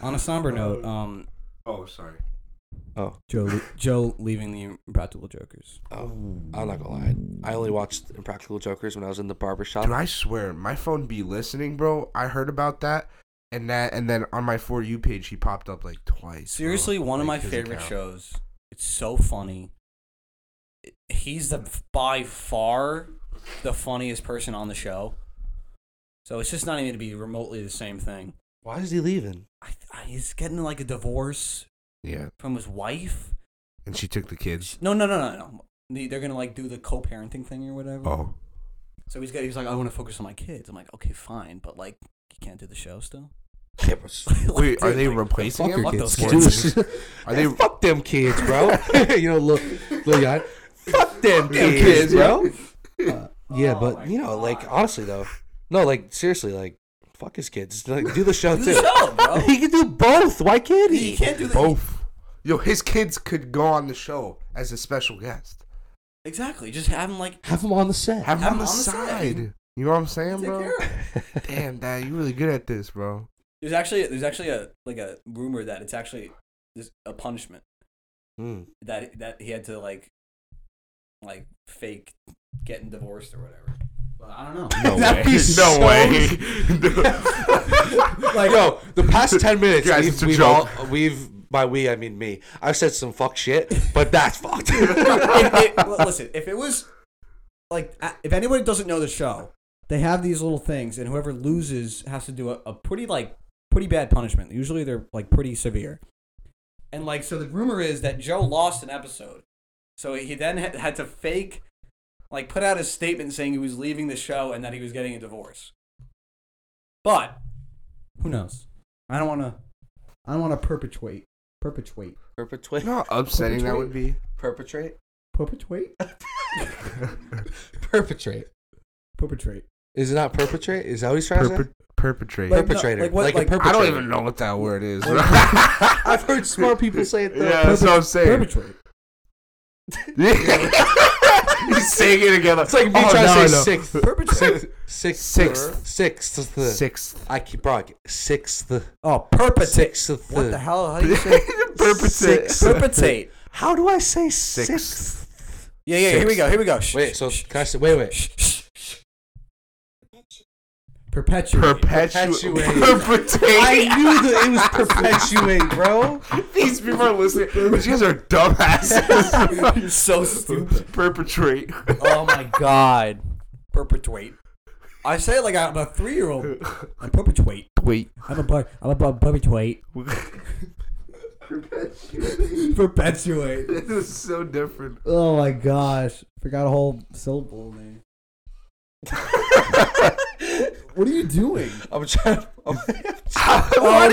[SPEAKER 2] On a somber note, um,
[SPEAKER 1] oh, sorry.
[SPEAKER 3] Oh,
[SPEAKER 2] Joe, Joe leaving the Impractical Jokers.
[SPEAKER 3] I'm not gonna lie. I only watched Impractical Jokers when I was in the barber shop.
[SPEAKER 1] Dude, I swear, my phone be listening, bro. I heard about that, and that, and then on my for you page, he popped up like twice. bro.
[SPEAKER 2] Seriously, one of
[SPEAKER 1] Like,
[SPEAKER 2] my
[SPEAKER 1] his
[SPEAKER 2] favorite
[SPEAKER 1] account.
[SPEAKER 2] shows. It's so funny. It- He's the by far the funniest person on the show. So it's just not even to be remotely the same thing.
[SPEAKER 3] Why is he leaving?
[SPEAKER 2] I, I, he's getting like a divorce
[SPEAKER 1] Yeah,
[SPEAKER 2] from his wife.
[SPEAKER 1] and she took the kids.
[SPEAKER 2] No, no, no, no, no. They- They're gonna like do the co-parenting thing or whatever.
[SPEAKER 1] Oh,
[SPEAKER 2] So he's got. He's like, I want to focus on my kids. I'm like, okay, fine, but like, you can't do the show still. [LAUGHS]
[SPEAKER 3] Yeah, bro, s-
[SPEAKER 2] Like,
[SPEAKER 1] wait, are
[SPEAKER 2] dude,
[SPEAKER 1] they
[SPEAKER 2] like,
[SPEAKER 1] replacing
[SPEAKER 2] fuck
[SPEAKER 1] him?
[SPEAKER 2] your kids.
[SPEAKER 1] Or-
[SPEAKER 2] Kids.
[SPEAKER 3] [LAUGHS]
[SPEAKER 1] Are they?
[SPEAKER 3] fuck them kids, [LAUGHS] bro. you know, little little guy. Fuck them
[SPEAKER 1] kids,
[SPEAKER 3] kids, bro. Uh, yeah, but you know, like honestly though, no, like seriously, like fuck his kids. Like, do the show
[SPEAKER 2] Do
[SPEAKER 3] too.
[SPEAKER 2] the show, bro.
[SPEAKER 3] [LAUGHS] he can do both. Why can't he?
[SPEAKER 2] You can't do the
[SPEAKER 1] Both. Yo, his kids could go on the show as a special guest.
[SPEAKER 2] Exactly. Just have him like
[SPEAKER 3] Have him on the set.
[SPEAKER 1] Have him
[SPEAKER 2] Have
[SPEAKER 1] on the side. You know what I'm saying,
[SPEAKER 2] take
[SPEAKER 1] bro?
[SPEAKER 2] care of him.
[SPEAKER 1] Damn, Dad, you really good at this, bro.
[SPEAKER 2] There's actually there's actually a like a rumor that it's actually there's a punishment
[SPEAKER 3] Mm.
[SPEAKER 2] that that he had to like like fake getting divorced or whatever. But I don't know. [LAUGHS]
[SPEAKER 3] No
[SPEAKER 1] That'd
[SPEAKER 3] way.
[SPEAKER 1] be
[SPEAKER 3] No way.
[SPEAKER 2] like
[SPEAKER 3] Yo, the [LAUGHS] past ten minutes,
[SPEAKER 1] Guys, it's
[SPEAKER 3] we've,
[SPEAKER 1] a
[SPEAKER 3] we've, all,
[SPEAKER 1] joke.
[SPEAKER 3] we've by we I mean me. I've said some fuck shit, but that's [LAUGHS] fucked.
[SPEAKER 2] if it, well, listen, if it was like a- if anybody doesn't know the show, they have these little things, and whoever loses has to do a, a pretty like pretty bad punishment. Usually they're like pretty severe. And like so, the rumor is that Joe lost an episode, so he then had, had to fake like put out a statement saying he was leaving the show and that he was getting a divorce. But who knows? I don't want to. I don't want to perpetuate. Perpetuate.
[SPEAKER 3] Perpetrate.
[SPEAKER 1] You know [LAUGHS] how upsetting that would be?
[SPEAKER 3] Perpetrate.
[SPEAKER 2] Perpetuate.
[SPEAKER 3] Perpetrate.
[SPEAKER 2] Perpetrate.
[SPEAKER 3] Is it not perpetrate? Is that what he's trying to say?
[SPEAKER 1] Perpe- perpetrator.
[SPEAKER 2] Like,
[SPEAKER 3] Perpetrator.
[SPEAKER 2] like what-
[SPEAKER 3] like,
[SPEAKER 2] like-
[SPEAKER 3] a
[SPEAKER 1] I
[SPEAKER 3] perpetrator.
[SPEAKER 1] don't even know what that word is. bro.
[SPEAKER 3] I've heard smart people say it though.
[SPEAKER 1] yeah, that's what I'm saying.
[SPEAKER 2] Perpetrate.
[SPEAKER 1] [LAUGHS] He's saying it together. Oh,
[SPEAKER 3] It's like me trying to say sixth.
[SPEAKER 2] Perpetrate.
[SPEAKER 3] Sixth.
[SPEAKER 1] Sixth.
[SPEAKER 3] Sixth.
[SPEAKER 1] Sixth.
[SPEAKER 3] I keep bro. I get- Sixth.
[SPEAKER 2] Oh, perpetrate.
[SPEAKER 3] Sixth.
[SPEAKER 2] What the hell? How do
[SPEAKER 3] [LAUGHS]
[SPEAKER 2] you say
[SPEAKER 1] [LAUGHS] Perpetrate.
[SPEAKER 2] perpetrate?
[SPEAKER 3] How do I say
[SPEAKER 1] Sixth.
[SPEAKER 3] sixth?
[SPEAKER 2] Yeah, yeah. Here we go. Here we go. Shh,
[SPEAKER 3] Wait.
[SPEAKER 2] shh,
[SPEAKER 3] So
[SPEAKER 2] shh,
[SPEAKER 3] can I say? Wait, wait.
[SPEAKER 2] shh, shh, shh. perpetuate.
[SPEAKER 1] Perpetuate.
[SPEAKER 3] Perpetuate.
[SPEAKER 1] Perpetuate.
[SPEAKER 3] [LAUGHS] I knew that it was perpetuate, bro.
[SPEAKER 1] These people are listening. But you guys are dumbasses. [LAUGHS]
[SPEAKER 2] You're [LAUGHS] so stupid.
[SPEAKER 1] Perpetrate.
[SPEAKER 2] oh my god. Perpetuate. I say it like I'm a three-year-old. I perpetuate.
[SPEAKER 1] Wait.
[SPEAKER 2] I'm a per- I'm a per- perpetuate. Perpetuate.
[SPEAKER 1] This is so different.
[SPEAKER 2] Oh my gosh. Forgot a whole syllable name. [LAUGHS] what are you doing?
[SPEAKER 3] I'm trying. I'm,
[SPEAKER 1] [LAUGHS]
[SPEAKER 3] [LAUGHS] Oh,
[SPEAKER 1] what are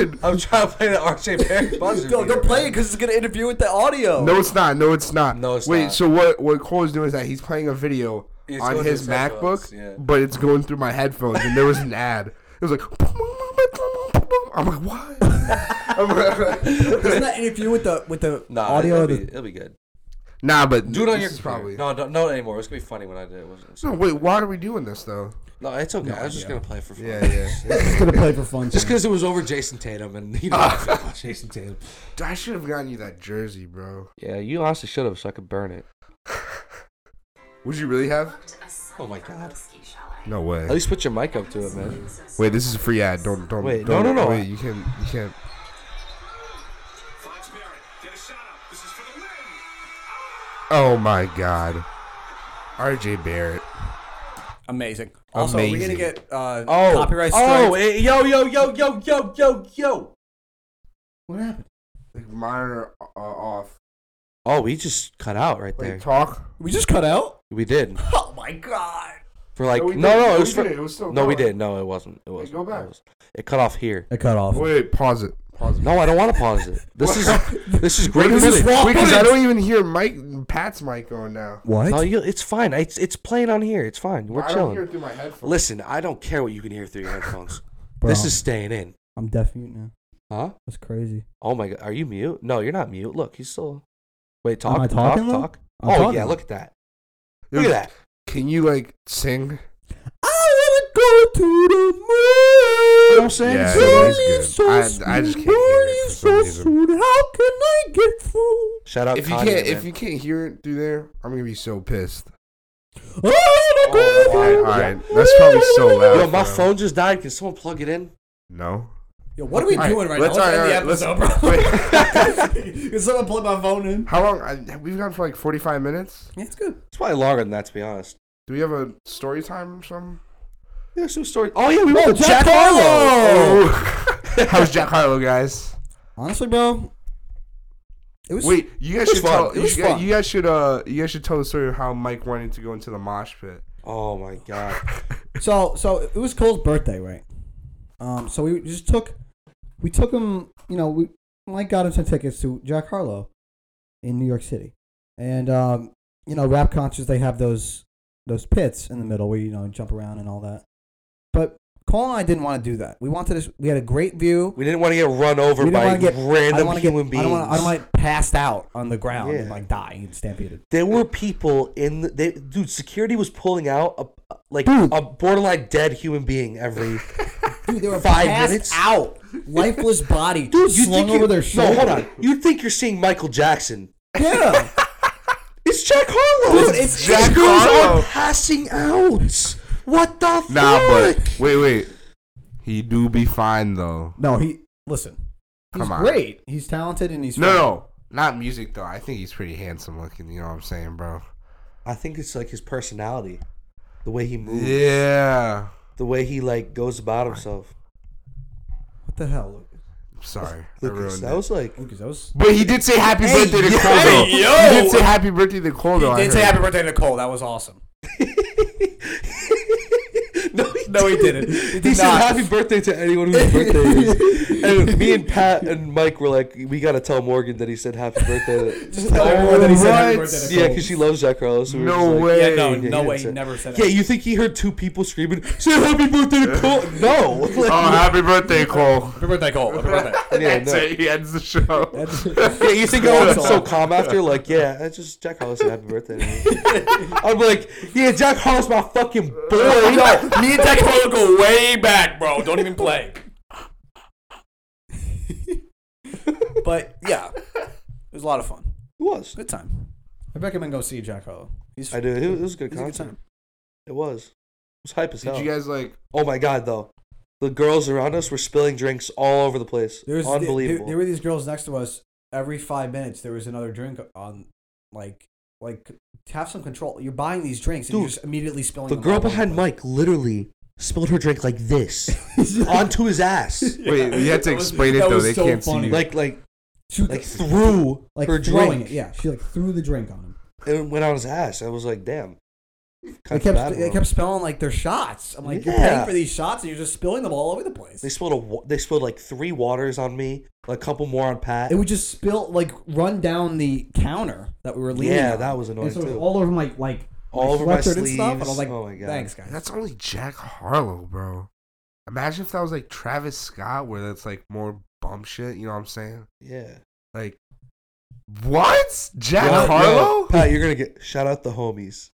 [SPEAKER 1] you doing?
[SPEAKER 3] I'm trying to play the RJ Barrett
[SPEAKER 1] [LAUGHS]
[SPEAKER 3] buzzer.
[SPEAKER 2] No,
[SPEAKER 3] beater,
[SPEAKER 2] don't play it
[SPEAKER 3] man.
[SPEAKER 2] because it's gonna interfere with the audio.
[SPEAKER 1] No, it's not. No, it's not.
[SPEAKER 3] No, it's
[SPEAKER 1] Wait,
[SPEAKER 3] not.
[SPEAKER 1] so what? What Cole is doing is that he's playing a video
[SPEAKER 3] It's
[SPEAKER 1] on
[SPEAKER 3] going through
[SPEAKER 1] his
[SPEAKER 3] his headphones,
[SPEAKER 1] MacBook,
[SPEAKER 3] yeah.
[SPEAKER 1] but it's going through my headphones, and there was an ad. It was like, [LAUGHS] I'm like,
[SPEAKER 3] [LAUGHS]
[SPEAKER 1] what? I'm like-
[SPEAKER 2] doesn't that interfere with the with the
[SPEAKER 3] [LAUGHS] Nah,
[SPEAKER 2] audio?
[SPEAKER 3] It'll
[SPEAKER 2] of
[SPEAKER 3] be,
[SPEAKER 2] the-
[SPEAKER 3] it'll be good.
[SPEAKER 1] Nah, but
[SPEAKER 3] Do it on
[SPEAKER 1] this
[SPEAKER 3] your
[SPEAKER 1] is probably.
[SPEAKER 3] No, don't, not anymore. It's gonna be funny when I do it. wasn't it?
[SPEAKER 1] No, wait. Why are we doing this though?
[SPEAKER 3] No, it's okay.
[SPEAKER 2] No
[SPEAKER 3] I was just
[SPEAKER 2] idea.
[SPEAKER 3] gonna play for fun. [LAUGHS]
[SPEAKER 1] Yeah, yeah.
[SPEAKER 2] [LAUGHS] Just gonna play for fun.
[SPEAKER 3] Just
[SPEAKER 2] Sam.
[SPEAKER 3] because it was over Jason Tatum and you know
[SPEAKER 1] [LAUGHS]
[SPEAKER 3] fuck Jason Tatum.
[SPEAKER 1] I should have gotten you that jersey, bro.
[SPEAKER 3] Yeah, you honestly should have, so I could burn it.
[SPEAKER 1] Would you really have?
[SPEAKER 3] Oh my god.
[SPEAKER 1] No
[SPEAKER 3] At
[SPEAKER 1] way.
[SPEAKER 3] least put your mic up to it, man.
[SPEAKER 1] Wait, this is a free ad. Don't don't.
[SPEAKER 3] Wait,
[SPEAKER 1] don't,
[SPEAKER 3] no, no, no.
[SPEAKER 1] Wait, you can't. You can't.
[SPEAKER 5] Finds Barrett. Get a shot up. This is for the win.
[SPEAKER 1] Oh my God. R.J. Barrett.
[SPEAKER 2] Amazing. Also, we're gonna
[SPEAKER 1] Amazing.
[SPEAKER 2] get uh,
[SPEAKER 3] Oh.
[SPEAKER 2] copyright
[SPEAKER 3] oh,
[SPEAKER 2] strikes.
[SPEAKER 3] eh, yo, yo, yo, yo, yo, yo, yo.
[SPEAKER 2] what happened?
[SPEAKER 1] Like monitor uh, off.
[SPEAKER 3] Oh, we just cut out right there.
[SPEAKER 1] Wait, talk.
[SPEAKER 2] We just cut out.
[SPEAKER 3] we did.
[SPEAKER 2] Oh my god.
[SPEAKER 3] For like
[SPEAKER 1] No,
[SPEAKER 3] no,
[SPEAKER 1] we didn't.
[SPEAKER 3] no,
[SPEAKER 1] No,
[SPEAKER 3] it was
[SPEAKER 1] we
[SPEAKER 3] for,
[SPEAKER 1] didn't. It was still
[SPEAKER 3] no, we
[SPEAKER 1] going.
[SPEAKER 3] did. No, it wasn't. It wasn't.
[SPEAKER 1] go
[SPEAKER 3] It
[SPEAKER 1] back.
[SPEAKER 3] was- It cut off here.
[SPEAKER 2] It cut off.
[SPEAKER 1] Wait, pause it. Pause it.
[SPEAKER 3] No, I don't want to pause it.
[SPEAKER 1] [LAUGHS]
[SPEAKER 3] This is this is great.
[SPEAKER 1] Wait,
[SPEAKER 3] footage.
[SPEAKER 1] wait, 'cause I
[SPEAKER 2] footage.
[SPEAKER 1] don't even hear Mike Pat's mic going now.
[SPEAKER 2] What?
[SPEAKER 3] No, you, it's fine. It's it's playing on here. It's fine. We're
[SPEAKER 1] I don't
[SPEAKER 3] chilling.
[SPEAKER 1] hear it through my headphones.
[SPEAKER 3] Listen, I don't care what you can hear through your
[SPEAKER 2] [LAUGHS]
[SPEAKER 3] headphones.
[SPEAKER 2] Bro,
[SPEAKER 3] This is staying in.
[SPEAKER 2] I'm deaf mute now.
[SPEAKER 3] Huh?
[SPEAKER 2] That's crazy.
[SPEAKER 3] Oh my god, are you mute? No, you're not mute. Look, he's still. Wait, talk,
[SPEAKER 2] Am I
[SPEAKER 3] talk,
[SPEAKER 2] talking, though?
[SPEAKER 3] talk.
[SPEAKER 2] I'm
[SPEAKER 3] oh
[SPEAKER 2] talking.
[SPEAKER 3] yeah, look at that.
[SPEAKER 1] Yo,
[SPEAKER 3] Look at that.
[SPEAKER 1] Can you like sing?
[SPEAKER 2] I wanna go to the moon.
[SPEAKER 3] You know what I'm saying?
[SPEAKER 1] Yeah,
[SPEAKER 3] So-
[SPEAKER 1] it is good. I- I just can't hear it for some reason.
[SPEAKER 2] How can I get through?
[SPEAKER 3] Shout out.
[SPEAKER 1] If you
[SPEAKER 3] Kanye,
[SPEAKER 1] can't, if
[SPEAKER 3] man.
[SPEAKER 1] you can't hear it through there, I'm gonna be so pissed.
[SPEAKER 2] I wanna
[SPEAKER 3] Oh,
[SPEAKER 2] go
[SPEAKER 3] alright,
[SPEAKER 2] through-
[SPEAKER 1] alright. That's probably so loud.
[SPEAKER 3] Yo, my
[SPEAKER 1] bro.
[SPEAKER 3] phone just died. Can someone plug it in?
[SPEAKER 1] No.
[SPEAKER 2] Yo, what are we
[SPEAKER 1] All right,
[SPEAKER 2] doing right
[SPEAKER 1] let's-
[SPEAKER 2] now? Let's
[SPEAKER 1] all
[SPEAKER 2] end
[SPEAKER 1] right,
[SPEAKER 2] the
[SPEAKER 1] all
[SPEAKER 2] episode,
[SPEAKER 1] right,
[SPEAKER 2] bro. [LAUGHS] Can someone plug my phone in?
[SPEAKER 1] How long? I, we've gone for like 45 minutes.
[SPEAKER 2] Yeah, it's good.
[SPEAKER 3] It's probably longer than that, to be honest.
[SPEAKER 1] Do we have a story time or something?
[SPEAKER 3] Yeah, some story. Oh yeah, we went to
[SPEAKER 2] Jack
[SPEAKER 3] Jack Harlow.
[SPEAKER 2] Harlow!
[SPEAKER 1] Oh. [LAUGHS] How's Jack Harlow, guys?
[SPEAKER 2] Honestly, bro, it was
[SPEAKER 1] Wait, you guys
[SPEAKER 3] It was
[SPEAKER 1] should
[SPEAKER 3] fun.
[SPEAKER 1] tell.
[SPEAKER 3] It
[SPEAKER 1] You
[SPEAKER 3] was
[SPEAKER 1] guys,
[SPEAKER 3] fun.
[SPEAKER 1] you guys should. Uh, you guys should tell the story of how Mike wanted to go into the mosh pit.
[SPEAKER 3] Oh my god.
[SPEAKER 2] So so it was Cole's birthday, right? Um, so we just took we took him. You know, we Mike got him some tickets to Jack Harlow in New York City, and um, you know, rap concerts they have those those pits in the middle where you know jump around and all that. But Cole and I didn't want to do that. We wanted to. We had a great view.
[SPEAKER 3] We didn't want to get run over
[SPEAKER 2] We didn't
[SPEAKER 3] by
[SPEAKER 2] wanna get- I don't
[SPEAKER 3] random
[SPEAKER 2] want to get.
[SPEAKER 3] human
[SPEAKER 2] I
[SPEAKER 3] beings.
[SPEAKER 2] don't want. I don't want passed out on the ground and
[SPEAKER 3] Yeah.
[SPEAKER 2] like die and stampeded.
[SPEAKER 3] There were people in the they, dude. Security was pulling out a like
[SPEAKER 2] Dude.
[SPEAKER 3] a borderline dead human being every.
[SPEAKER 2] Dude, they were
[SPEAKER 3] Five
[SPEAKER 2] passed
[SPEAKER 3] minutes?
[SPEAKER 2] out, lifeless body,
[SPEAKER 3] [LAUGHS] Dude, you
[SPEAKER 2] slung
[SPEAKER 3] think
[SPEAKER 2] over
[SPEAKER 3] you,
[SPEAKER 2] their shoulder.
[SPEAKER 3] No, hold on. You think you're seeing Michael Jackson?
[SPEAKER 2] Yeah.
[SPEAKER 3] It's Jack Harlow.
[SPEAKER 2] Dude, it's
[SPEAKER 3] These
[SPEAKER 1] Jack
[SPEAKER 3] girls
[SPEAKER 1] Harlow.
[SPEAKER 3] are passing out. What the
[SPEAKER 1] Nah,
[SPEAKER 3] fuck?
[SPEAKER 1] but wait, wait. He do be fine though.
[SPEAKER 2] No, he listen. He's
[SPEAKER 1] Come on.
[SPEAKER 2] great. He's talented and he's
[SPEAKER 1] No,
[SPEAKER 2] funny.
[SPEAKER 1] no, not music though. I think he's pretty handsome looking. You know what I'm saying, bro?
[SPEAKER 3] I think it's like his personality, the way he moves,
[SPEAKER 1] Yeah.
[SPEAKER 3] the way he like goes about himself.
[SPEAKER 2] What the hell, Lucas?
[SPEAKER 1] Sorry, I
[SPEAKER 3] Lucas,
[SPEAKER 1] ruined
[SPEAKER 3] that
[SPEAKER 1] it. [LAUGHS]
[SPEAKER 3] was like [LAUGHS]
[SPEAKER 2] Lucas, that was.
[SPEAKER 1] But he did say happy
[SPEAKER 2] Hey,
[SPEAKER 1] birthday to
[SPEAKER 2] yo,
[SPEAKER 1] Cole. Though.
[SPEAKER 2] hey, yo.
[SPEAKER 1] He did say happy birthday to Cole. Though, I heard.
[SPEAKER 2] birthday to Cole. That was [LAUGHS] awesome.
[SPEAKER 3] no, he
[SPEAKER 2] No, he didn't. He did
[SPEAKER 3] said
[SPEAKER 2] not.
[SPEAKER 3] happy birthday to anyone whose birthday it
[SPEAKER 1] [LAUGHS]
[SPEAKER 3] is. And me and Pat and Mike were like, we gotta tell Morgan that he said happy birthday. [LAUGHS]
[SPEAKER 2] Just tell everyone that he said happy
[SPEAKER 1] Alright.
[SPEAKER 2] birthday to Cole.
[SPEAKER 3] yeah, because she loves Jack Harlow. So we were
[SPEAKER 1] No
[SPEAKER 3] just like,
[SPEAKER 1] way.
[SPEAKER 2] Yeah, no,
[SPEAKER 1] Hey,
[SPEAKER 2] no
[SPEAKER 3] he
[SPEAKER 2] way.
[SPEAKER 3] didn't
[SPEAKER 2] He
[SPEAKER 3] say-
[SPEAKER 2] never said
[SPEAKER 3] Yeah,
[SPEAKER 2] it.
[SPEAKER 3] you think he heard two people screaming, "Say happy birthday to Cole"? [LAUGHS] No,
[SPEAKER 1] Oh, happy birthday, Cole.
[SPEAKER 2] Happy birthday, Cole. Happy [LAUGHS] birthday.
[SPEAKER 3] Yeah,
[SPEAKER 1] That's
[SPEAKER 3] no.
[SPEAKER 1] it. He ends the show.
[SPEAKER 2] That's-
[SPEAKER 3] Yeah, you think I would be so calm after? Like, yeah, I just Jack Harlow said happy birthday. to me." [LAUGHS] I'd be like, yeah, Jack Harlow's my fucking boy. No, [LAUGHS]
[SPEAKER 2] Me and Jack Harlow go way back, bro. Oh, Don't even play. but yeah, it was a lot of fun.
[SPEAKER 3] it was.
[SPEAKER 2] Good time. I recommend go see Jack Harlow. He's
[SPEAKER 3] I do. It was a good
[SPEAKER 2] he's a good
[SPEAKER 3] concert.
[SPEAKER 2] time.
[SPEAKER 3] It was. It was hype as hell.
[SPEAKER 1] Did you guys like?
[SPEAKER 3] oh my god, though, the girls around us were spilling drinks all over the place.
[SPEAKER 2] There was there-
[SPEAKER 3] Unbelievable.
[SPEAKER 2] There, there were these girls next to us. Every five minutes, there was another drink on. Like, like have some control. You're buying these drinks and you're
[SPEAKER 3] Dude,
[SPEAKER 2] just immediately spilling.
[SPEAKER 3] the
[SPEAKER 2] them
[SPEAKER 3] girl
[SPEAKER 2] all over
[SPEAKER 3] behind
[SPEAKER 2] place.
[SPEAKER 3] Mike literally spilled her drink like this
[SPEAKER 2] [LAUGHS]
[SPEAKER 3] onto his ass,
[SPEAKER 1] Wait, you had to
[SPEAKER 2] That was-
[SPEAKER 1] explain it
[SPEAKER 2] that
[SPEAKER 1] though.
[SPEAKER 2] was
[SPEAKER 1] They
[SPEAKER 2] so
[SPEAKER 1] can't
[SPEAKER 2] funny.
[SPEAKER 1] see you.
[SPEAKER 3] like like
[SPEAKER 2] She was
[SPEAKER 3] like threw
[SPEAKER 2] like
[SPEAKER 3] her
[SPEAKER 2] throwing
[SPEAKER 3] drink.
[SPEAKER 2] it. Yeah, she like threw the drink on him.
[SPEAKER 3] and it went on his ass. I was like, damn.
[SPEAKER 2] They
[SPEAKER 3] Kinda bad
[SPEAKER 2] kept
[SPEAKER 3] of
[SPEAKER 2] they
[SPEAKER 3] him.
[SPEAKER 2] kept spilling like their shots. I'm like, you're
[SPEAKER 3] Yeah.
[SPEAKER 2] paying for these shots and you're just spilling them all over the place.
[SPEAKER 3] They spilled a wa- they spilled like three waters on me, a couple more on Pat.
[SPEAKER 2] It would just spill like run down the counter that we were leaning.
[SPEAKER 3] Yeah,
[SPEAKER 2] on.
[SPEAKER 3] that was annoying,
[SPEAKER 2] And so it was
[SPEAKER 3] too.
[SPEAKER 2] all over my like
[SPEAKER 3] All over my
[SPEAKER 2] sweatshirt and stuff. And I was
[SPEAKER 3] sleeves.
[SPEAKER 2] like,
[SPEAKER 3] Oh my God.
[SPEAKER 2] thanks guys.
[SPEAKER 1] That's only Jack Harlow, bro. Imagine if that was like Travis Scott, where that's like more bum shit. You know what I'm saying?
[SPEAKER 3] yeah,
[SPEAKER 1] Like, What? Jack
[SPEAKER 2] Yeah,
[SPEAKER 1] Harlow?
[SPEAKER 3] Pat, you're gonna get shout out the homies.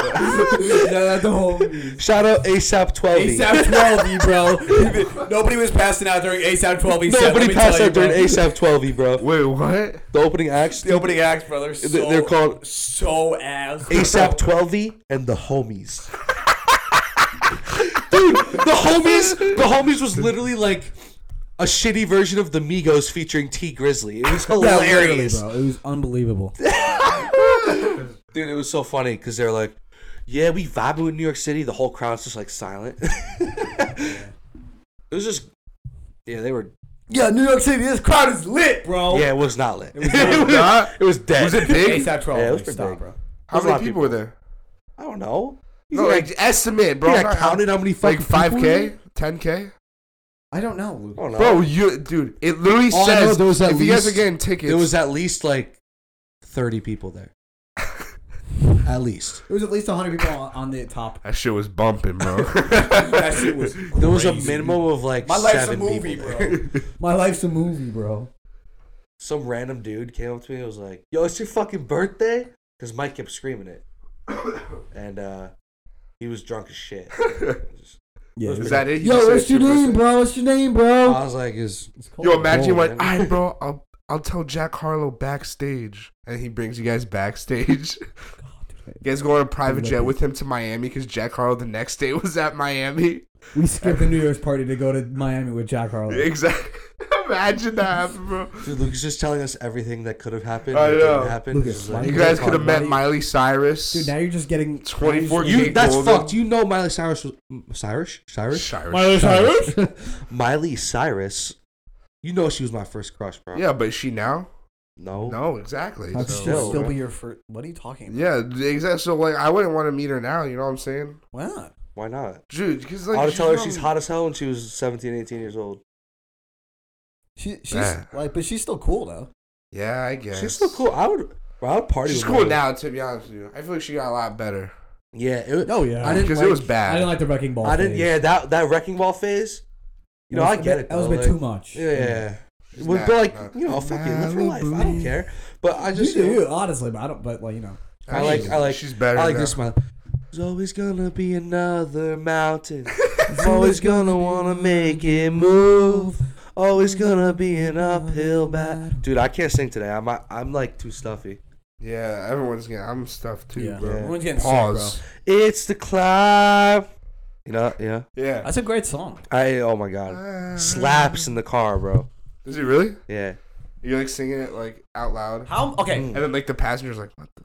[SPEAKER 2] Shout out to homies.
[SPEAKER 3] Shout out ASAP Twelve. E.
[SPEAKER 2] ASAP 12E, E, bro. Nobody was passing out during ASAP 12E. set, E let
[SPEAKER 3] Nobody
[SPEAKER 2] me
[SPEAKER 3] passed
[SPEAKER 2] tell you,
[SPEAKER 3] out during
[SPEAKER 2] bro.
[SPEAKER 3] ASAP Twelve, E, bro.
[SPEAKER 1] Wait, what?
[SPEAKER 3] The opening acts,
[SPEAKER 2] The opening acts, brother.
[SPEAKER 3] th-
[SPEAKER 2] So,
[SPEAKER 3] they're called
[SPEAKER 2] so ass. [LAUGHS]
[SPEAKER 3] [LAUGHS] ASAP Twelve and the homies. [LAUGHS] Dude, the homies, the homies was literally like a shitty version of the Migos featuring T Grizzly. It was
[SPEAKER 2] Yeah, literally,
[SPEAKER 3] hilarious.
[SPEAKER 2] bro. It was unbelievable.
[SPEAKER 3] Dude, it was so funny because they're like, "Yeah, we vibing with New York City." The whole crowd's just like silent. it was just, yeah, they were.
[SPEAKER 2] [LAUGHS] yeah, New York City, this crowd is lit, bro.
[SPEAKER 3] Yeah, it was not lit. Oh. It was,
[SPEAKER 1] Nah.
[SPEAKER 3] it was dead.
[SPEAKER 1] Was it big?
[SPEAKER 2] ASAP 12.
[SPEAKER 3] Yeah, it was
[SPEAKER 2] like,
[SPEAKER 3] pretty
[SPEAKER 2] E, stop,
[SPEAKER 3] big.
[SPEAKER 2] bro.
[SPEAKER 1] How
[SPEAKER 3] was a lot
[SPEAKER 1] many
[SPEAKER 3] of
[SPEAKER 1] people were there?
[SPEAKER 3] [LAUGHS] I don't know.
[SPEAKER 1] No, like estimate, bro.
[SPEAKER 3] Bro,
[SPEAKER 1] Not-
[SPEAKER 3] I counted how many fucking
[SPEAKER 1] like
[SPEAKER 3] people
[SPEAKER 1] five
[SPEAKER 3] were there?
[SPEAKER 1] k, ten k.
[SPEAKER 2] I don't know, Luke.
[SPEAKER 3] I don't know.
[SPEAKER 1] Bro, you dude, it literally
[SPEAKER 2] All I know,
[SPEAKER 1] says
[SPEAKER 2] there was
[SPEAKER 1] if
[SPEAKER 2] at
[SPEAKER 1] you guys are
[SPEAKER 2] least-
[SPEAKER 1] getting tickets,
[SPEAKER 3] there was at least like thirty
[SPEAKER 1] [LAUGHS]
[SPEAKER 3] people there. at least
[SPEAKER 2] There was at least 100 people on, on the top.
[SPEAKER 1] that shit was bumping, bro.
[SPEAKER 2] [LAUGHS] That shit was
[SPEAKER 3] [LAUGHS] there was a
[SPEAKER 2] crazy.
[SPEAKER 3] minimum of like
[SPEAKER 2] My life's a
[SPEAKER 3] seven
[SPEAKER 2] movie,
[SPEAKER 3] people. there. [LAUGHS]
[SPEAKER 2] bro. My life's a movie, bro.
[SPEAKER 3] Some random dude came up to me and was like, "Yo, it's your fucking birthday," because Mike kept
[SPEAKER 1] [COUGHS]
[SPEAKER 3] screaming it, and uh, he was drunk
[SPEAKER 1] [LAUGHS]
[SPEAKER 3] as shit.
[SPEAKER 2] Yeah.
[SPEAKER 1] Is that it? You just
[SPEAKER 2] Yo,
[SPEAKER 1] said
[SPEAKER 2] what's your name, bro? What's your name,
[SPEAKER 3] I
[SPEAKER 2] bro?
[SPEAKER 3] was like, "Is
[SPEAKER 1] [LAUGHS] Yo, imagine you
[SPEAKER 3] Whoa,
[SPEAKER 1] went,
[SPEAKER 3] man.
[SPEAKER 1] I bro, I'll I'll tell Jack Harlow backstage, and he brings you guys backstage. [LAUGHS] You guys go on a private jet with him to Miami because Jack Harlow the next day [LAUGHS] was at Miami.
[SPEAKER 2] We skipped the New Year's party to go to Miami with Jack Harlow.
[SPEAKER 1] Exactly. [LAUGHS] Imagine that happened, bro.
[SPEAKER 3] dude, Luke is just telling us everything that could have happened?
[SPEAKER 1] I
[SPEAKER 3] that
[SPEAKER 1] know.
[SPEAKER 3] didn't happen.
[SPEAKER 2] Lucas,
[SPEAKER 3] It's
[SPEAKER 2] why
[SPEAKER 3] like,
[SPEAKER 1] You
[SPEAKER 2] you
[SPEAKER 1] guys
[SPEAKER 2] guys
[SPEAKER 1] could have
[SPEAKER 2] call
[SPEAKER 1] met
[SPEAKER 2] Miley-
[SPEAKER 1] Miley Cyrus.
[SPEAKER 2] Dude, now you're just getting
[SPEAKER 1] 24
[SPEAKER 2] now you're
[SPEAKER 3] You,
[SPEAKER 1] Jake
[SPEAKER 3] that's
[SPEAKER 1] Golden.
[SPEAKER 3] fucked. You know Miley Cyrus was mm, Cyrus Cyrus
[SPEAKER 1] Cyrus.
[SPEAKER 2] just-
[SPEAKER 3] Miley Cyrus. You know she was my first crush, bro.
[SPEAKER 1] Yeah, but is she now?
[SPEAKER 3] No.
[SPEAKER 1] No, exactly.
[SPEAKER 2] How could
[SPEAKER 1] So-
[SPEAKER 2] she
[SPEAKER 3] Still,
[SPEAKER 2] still
[SPEAKER 3] bro.
[SPEAKER 2] be your first? What are you talking about?
[SPEAKER 1] Yeah, exactly. So like, I wouldn't want to meet her now. You know what I'm saying,
[SPEAKER 2] Why not?
[SPEAKER 3] Why not?
[SPEAKER 1] dude? Because like,
[SPEAKER 3] I would
[SPEAKER 1] she's
[SPEAKER 3] tell her
[SPEAKER 1] young.
[SPEAKER 3] she's hot as hell when she was 17, 18 years old.
[SPEAKER 2] She, she's
[SPEAKER 1] Yeah.
[SPEAKER 2] like, but she's still cool though.
[SPEAKER 1] Yeah, I guess.
[SPEAKER 3] She's still cool. I would. Bro, I would party.
[SPEAKER 1] She's
[SPEAKER 3] with
[SPEAKER 1] cool
[SPEAKER 3] Miley.
[SPEAKER 1] now, to be honest with you. I feel like she got a lot better
[SPEAKER 3] Yeah. It,
[SPEAKER 2] Oh, yeah.
[SPEAKER 3] I didn't.
[SPEAKER 1] because
[SPEAKER 3] like-
[SPEAKER 1] it was bad.
[SPEAKER 2] I didn't like the wrecking ball.
[SPEAKER 3] I didn't.
[SPEAKER 2] phase.
[SPEAKER 3] Yeah. That that wrecking ball phase. You know, I get it.
[SPEAKER 2] That was a
[SPEAKER 3] though,
[SPEAKER 2] bit
[SPEAKER 3] like-
[SPEAKER 2] too much.
[SPEAKER 3] Yeah.
[SPEAKER 1] Mm.
[SPEAKER 3] yeah.
[SPEAKER 1] It's
[SPEAKER 3] But,
[SPEAKER 1] not-
[SPEAKER 3] but like
[SPEAKER 1] not-
[SPEAKER 3] you know, fuck it, live your life. I don't
[SPEAKER 1] Malibu.
[SPEAKER 3] care. But I
[SPEAKER 2] You
[SPEAKER 3] just
[SPEAKER 2] do, you, honestly, but I don't. But like you know,
[SPEAKER 3] I like I like
[SPEAKER 1] She's better.
[SPEAKER 3] I like
[SPEAKER 1] now.
[SPEAKER 3] this smile. There's always gonna be another mountain. always gonna wanna make it move. Always gonna be an uphill battle. Dude, I can't sing today. I'm I'm like too stuffy.
[SPEAKER 1] Yeah, everyone's getting. I'm stuffed too,
[SPEAKER 2] yeah.
[SPEAKER 1] bro.
[SPEAKER 2] Everyone's getting
[SPEAKER 1] Pause.
[SPEAKER 2] sick,
[SPEAKER 3] It's the climb. You know, yeah.
[SPEAKER 2] bro.
[SPEAKER 1] Yeah.
[SPEAKER 2] That's a great song.
[SPEAKER 3] I oh my god. Slaps in the car, bro.
[SPEAKER 1] Is it really?
[SPEAKER 3] Yeah.
[SPEAKER 1] You're like singing it like out loud,
[SPEAKER 2] How? Okay.
[SPEAKER 3] Mm.
[SPEAKER 1] and then like the passenger's like, "What the?"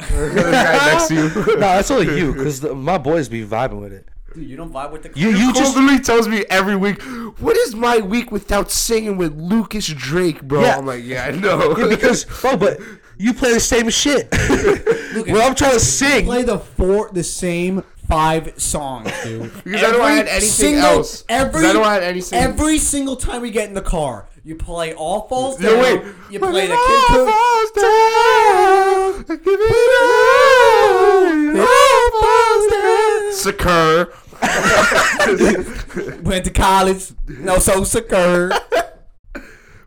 [SPEAKER 1] [LAUGHS] the guy next
[SPEAKER 3] [LAUGHS]
[SPEAKER 1] to you. [LAUGHS]
[SPEAKER 3] No, that's only you, cause the, my boys be vibing with it.
[SPEAKER 2] Dude, you don't vibe with the.
[SPEAKER 3] You
[SPEAKER 1] You
[SPEAKER 3] you just
[SPEAKER 1] literally tells me every week, "What is my week without singing with Lucas Drake, bro?"
[SPEAKER 3] Yeah.
[SPEAKER 1] I'm like, "Yeah, I know."
[SPEAKER 3] yeah, [LAUGHS] because bro, but you play the same
[SPEAKER 1] [LAUGHS]
[SPEAKER 3] shit. when I'm trying to sing,
[SPEAKER 2] play the four, the same five songs, dude.
[SPEAKER 1] [LAUGHS] Because I don't add anything else. 'Cause
[SPEAKER 2] Every,
[SPEAKER 1] I don't add anything-
[SPEAKER 2] Every single time we get in the car, you play All Falls Down.
[SPEAKER 1] No, wait.
[SPEAKER 2] You
[SPEAKER 1] When
[SPEAKER 2] play
[SPEAKER 1] it
[SPEAKER 2] the
[SPEAKER 1] all
[SPEAKER 2] Kid Cudi.
[SPEAKER 1] falls down, give it all. Secure.
[SPEAKER 2] Went to college. No, so secure.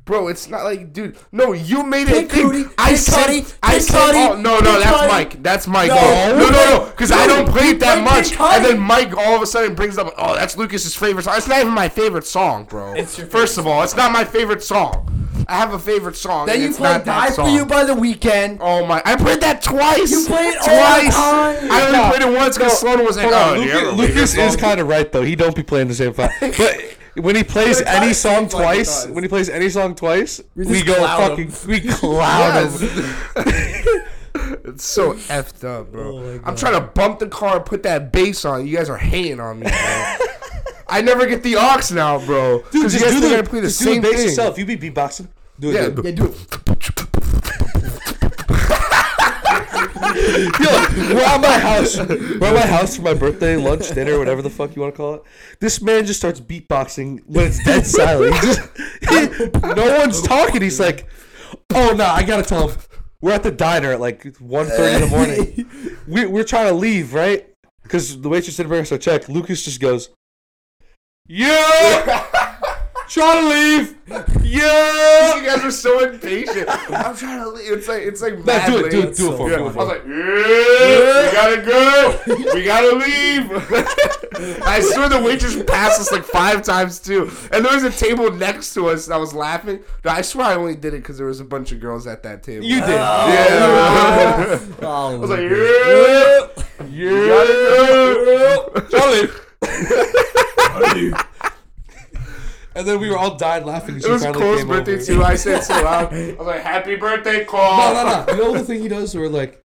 [SPEAKER 1] Bro, it's not like, dude. No, you made
[SPEAKER 2] Kid
[SPEAKER 1] it. think-
[SPEAKER 2] Cudi,
[SPEAKER 1] I
[SPEAKER 2] Kid
[SPEAKER 1] said,
[SPEAKER 2] Cudi,
[SPEAKER 1] I
[SPEAKER 2] Kid
[SPEAKER 1] said,
[SPEAKER 2] Cudi,
[SPEAKER 1] oh, no, no,
[SPEAKER 2] Kid
[SPEAKER 1] that's
[SPEAKER 2] Cudi.
[SPEAKER 1] Mike. That's Mike.
[SPEAKER 2] No,
[SPEAKER 1] No,
[SPEAKER 2] we
[SPEAKER 1] no, no,
[SPEAKER 2] played-
[SPEAKER 1] because I
[SPEAKER 2] no,
[SPEAKER 1] don't play
[SPEAKER 2] we
[SPEAKER 1] it that
[SPEAKER 2] played Kid
[SPEAKER 1] much. And
[SPEAKER 2] Cudi.
[SPEAKER 1] then Mike all of a sudden brings up, oh, that's Lucas's favorite song. It's not even my favorite song, bro.
[SPEAKER 2] It's your
[SPEAKER 1] First of all, it's not my favorite song. I have a favorite song. [LAUGHS]
[SPEAKER 2] Then
[SPEAKER 1] and
[SPEAKER 2] you
[SPEAKER 1] it's
[SPEAKER 2] play
[SPEAKER 1] not that
[SPEAKER 2] Die for
[SPEAKER 1] song.
[SPEAKER 2] You by the Weekend.
[SPEAKER 1] Oh my! I played that twice.
[SPEAKER 2] You played it all
[SPEAKER 1] twice.
[SPEAKER 2] the time.
[SPEAKER 1] I only
[SPEAKER 3] No,
[SPEAKER 1] played it once because Sloan was like,
[SPEAKER 3] Hold
[SPEAKER 1] "Oh,
[SPEAKER 3] on,
[SPEAKER 1] do you
[SPEAKER 3] Lucas,
[SPEAKER 1] ever play
[SPEAKER 3] Lucas
[SPEAKER 1] this
[SPEAKER 3] is
[SPEAKER 1] song?"
[SPEAKER 3] kind of right though. He don't be playing the same
[SPEAKER 1] [LAUGHS]
[SPEAKER 3] five. But when he plays
[SPEAKER 2] But it
[SPEAKER 3] any
[SPEAKER 2] does
[SPEAKER 3] song
[SPEAKER 2] seem like it
[SPEAKER 3] twice,
[SPEAKER 2] does.
[SPEAKER 3] when he plays any song twice, we,
[SPEAKER 2] just
[SPEAKER 3] go
[SPEAKER 2] clown
[SPEAKER 1] [LAUGHS]
[SPEAKER 3] fucking we clown him.
[SPEAKER 1] It's so effed up,
[SPEAKER 2] Oh
[SPEAKER 1] bro. I'm trying to bump the car and put that bass on. You guys are hating on me, bro. I never get the aux now, bro.
[SPEAKER 3] Dude,
[SPEAKER 1] Because you
[SPEAKER 3] just
[SPEAKER 1] guys
[SPEAKER 3] do
[SPEAKER 1] think
[SPEAKER 3] the,
[SPEAKER 1] I play the
[SPEAKER 3] just
[SPEAKER 1] same
[SPEAKER 3] do the bass
[SPEAKER 1] thing.
[SPEAKER 3] yourself. You be beatboxing. Do it.
[SPEAKER 1] Yeah,
[SPEAKER 3] do it.
[SPEAKER 2] Yeah, dude.
[SPEAKER 3] Yo, we're at my house. We're at my house for my birthday, lunch, dinner, whatever the fuck you want to call it. This man just starts beatboxing when it's dead silent. He just, he- no one's talking. He's like, "Oh no, I gotta tell him." We're at the diner at like 1.30 in the morning. We, we're trying to leave, right? Because the waitress didn't bring us our check. Lucas just goes, "Yeah." Trying to leave. Yeah.
[SPEAKER 1] [LAUGHS] You guys are so impatient. I'm trying to. Leave. It's like it's like
[SPEAKER 3] No,
[SPEAKER 1] mad
[SPEAKER 3] do it. Do it.
[SPEAKER 1] Libs.
[SPEAKER 3] Do it for me.
[SPEAKER 1] Yeah,
[SPEAKER 3] Do
[SPEAKER 1] I
[SPEAKER 3] it
[SPEAKER 1] was
[SPEAKER 3] for me.
[SPEAKER 1] like, yeah, we gotta go. We gotta leave. [LAUGHS] I swear the waitress passed us like five times too. And there was a table next to us, and I was laughing. No, I swear I only did it because there was a bunch of girls at that table.
[SPEAKER 3] You
[SPEAKER 1] "Oh." [LAUGHS]
[SPEAKER 2] [LAUGHS]
[SPEAKER 3] did.
[SPEAKER 1] yeah.
[SPEAKER 2] Oh,
[SPEAKER 1] I was like, yeah, we gotta go.
[SPEAKER 3] Charlie. and then we were all died laughing.
[SPEAKER 1] It was Cole's birthday too. I said so [LAUGHS] loud. I was like, "Happy birthday, Cole!"
[SPEAKER 3] No, no, no. You know the thing he does where like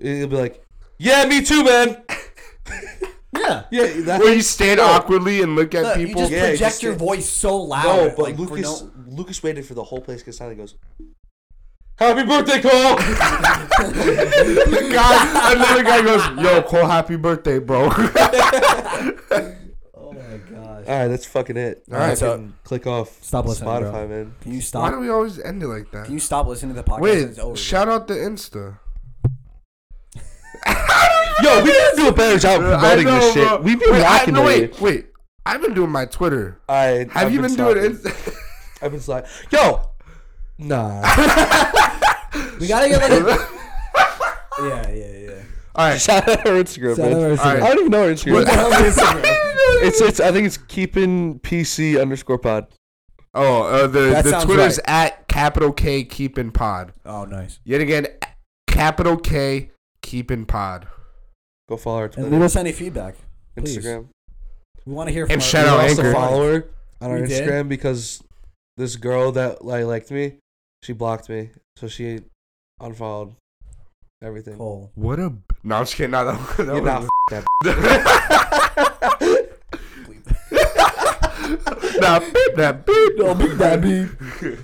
[SPEAKER 3] he'll be like, "Yeah, me too, man."
[SPEAKER 2] yeah.
[SPEAKER 3] Yeah, that.
[SPEAKER 1] Where you stand awkwardly and look at
[SPEAKER 2] Look, you
[SPEAKER 1] people.
[SPEAKER 2] just
[SPEAKER 3] Yeah,
[SPEAKER 2] project
[SPEAKER 3] just
[SPEAKER 2] your
[SPEAKER 3] get-
[SPEAKER 2] voice so loud.
[SPEAKER 3] no, but
[SPEAKER 2] like, for
[SPEAKER 3] Lucas,
[SPEAKER 2] no-
[SPEAKER 3] Lucas waited for the whole place because Sally goes, "Happy birthday, [LAUGHS] Cole."
[SPEAKER 1] The guy, [LAUGHS] another guy goes, "Yo, Cole, happy birthday, bro."
[SPEAKER 2] oh my gosh.
[SPEAKER 3] All right, that's fucking it. All
[SPEAKER 1] right,
[SPEAKER 2] so-
[SPEAKER 3] click off.
[SPEAKER 2] Stop listening,
[SPEAKER 3] Spotify,
[SPEAKER 2] bro.
[SPEAKER 3] man.
[SPEAKER 2] Can
[SPEAKER 1] [LAUGHS]
[SPEAKER 2] you
[SPEAKER 1] Why do
[SPEAKER 2] stop?
[SPEAKER 1] we always end it like that?
[SPEAKER 2] Can you stop listening to the podcast? when
[SPEAKER 1] Wait,
[SPEAKER 2] it's over.
[SPEAKER 1] shout out the Insta.
[SPEAKER 3] Yo, we gotta do a better job promoting this shit.
[SPEAKER 1] bro.
[SPEAKER 3] We've been
[SPEAKER 1] Wait, I-
[SPEAKER 3] rocking
[SPEAKER 1] no,
[SPEAKER 3] it.
[SPEAKER 1] wait, wait. I've been doing my Twitter.
[SPEAKER 3] I
[SPEAKER 1] Have
[SPEAKER 3] I've
[SPEAKER 1] you been, doing
[SPEAKER 3] slacking.
[SPEAKER 1] Insta?
[SPEAKER 3] I've been slacking. Yo, nah.
[SPEAKER 2] [LAUGHS] We gotta get like
[SPEAKER 1] [LAUGHS]
[SPEAKER 2] a. yeah, yeah, [LAUGHS] yeah.
[SPEAKER 1] All
[SPEAKER 3] [LAUGHS]
[SPEAKER 1] right.
[SPEAKER 3] Shout out our Instagram,
[SPEAKER 2] Shout out
[SPEAKER 3] man.
[SPEAKER 2] our
[SPEAKER 1] All
[SPEAKER 2] Instagram.
[SPEAKER 1] right.
[SPEAKER 3] I don't even know our Instagram.
[SPEAKER 2] What the hell is Instagram?
[SPEAKER 3] It's it's. I think it's keeping PC underscore pod.
[SPEAKER 1] Oh, uh, the
[SPEAKER 2] That
[SPEAKER 1] the
[SPEAKER 2] sounds
[SPEAKER 1] Twitter's at capital K keeping pod.
[SPEAKER 2] Oh, nice.
[SPEAKER 1] Yet again, capital K keeping pod.
[SPEAKER 3] Go follow her Twitter,
[SPEAKER 2] And leave us any feedback. please.
[SPEAKER 3] Instagram.
[SPEAKER 2] We want to hear from
[SPEAKER 1] And
[SPEAKER 2] our-
[SPEAKER 1] shout
[SPEAKER 3] We
[SPEAKER 1] out
[SPEAKER 3] lost a
[SPEAKER 1] Anchor.
[SPEAKER 3] follower on our
[SPEAKER 2] We did?
[SPEAKER 3] Instagram because this girl that like liked me, she blocked me, so she unfollowed everything.
[SPEAKER 2] Cole.
[SPEAKER 1] What a. No, I'm just kidding. No, that, that
[SPEAKER 3] Yeah, nah,
[SPEAKER 1] was-
[SPEAKER 3] f-
[SPEAKER 1] [LAUGHS]
[SPEAKER 3] that.
[SPEAKER 1] Nah, beep that beep.
[SPEAKER 2] No, beep that beep.
[SPEAKER 1] [LAUGHS]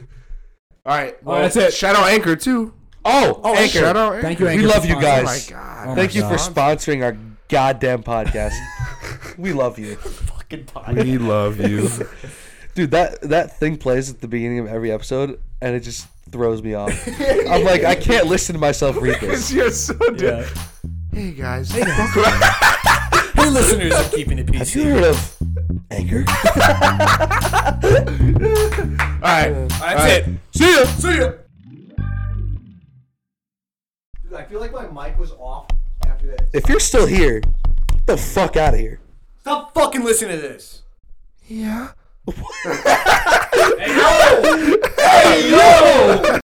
[SPEAKER 1] All right. Well,
[SPEAKER 2] that's it.
[SPEAKER 1] Shout out Anchor too.
[SPEAKER 3] Oh, oh, Anchor.
[SPEAKER 1] Shout out Anchor.
[SPEAKER 2] Thank you,
[SPEAKER 3] We
[SPEAKER 2] Anchor.
[SPEAKER 3] love
[SPEAKER 2] for
[SPEAKER 3] you
[SPEAKER 2] sponsoring.
[SPEAKER 3] guys.
[SPEAKER 1] Oh my god.
[SPEAKER 2] Oh my
[SPEAKER 3] Thank you for
[SPEAKER 2] God.
[SPEAKER 3] sponsoring our goddamn podcast. we love you,
[SPEAKER 1] We love you. [LAUGHS]
[SPEAKER 3] dude. That that thing plays at the beginning of every episode, and it just throws me off. I'm like, I can't listen to myself read this.
[SPEAKER 1] Because you're so dead. Hey guys. [LAUGHS]
[SPEAKER 2] Hey, listeners, I'm keeping it
[SPEAKER 3] Have you
[SPEAKER 2] PC.
[SPEAKER 3] heard of Anchor?
[SPEAKER 1] All right.
[SPEAKER 2] That's it.
[SPEAKER 3] See ya.
[SPEAKER 2] See ya. Dude, I feel like my mic was off after that.
[SPEAKER 3] If you're still here, get the fuck out of here.
[SPEAKER 2] Stop fucking listening to this.
[SPEAKER 1] Yeah.
[SPEAKER 3] Yo!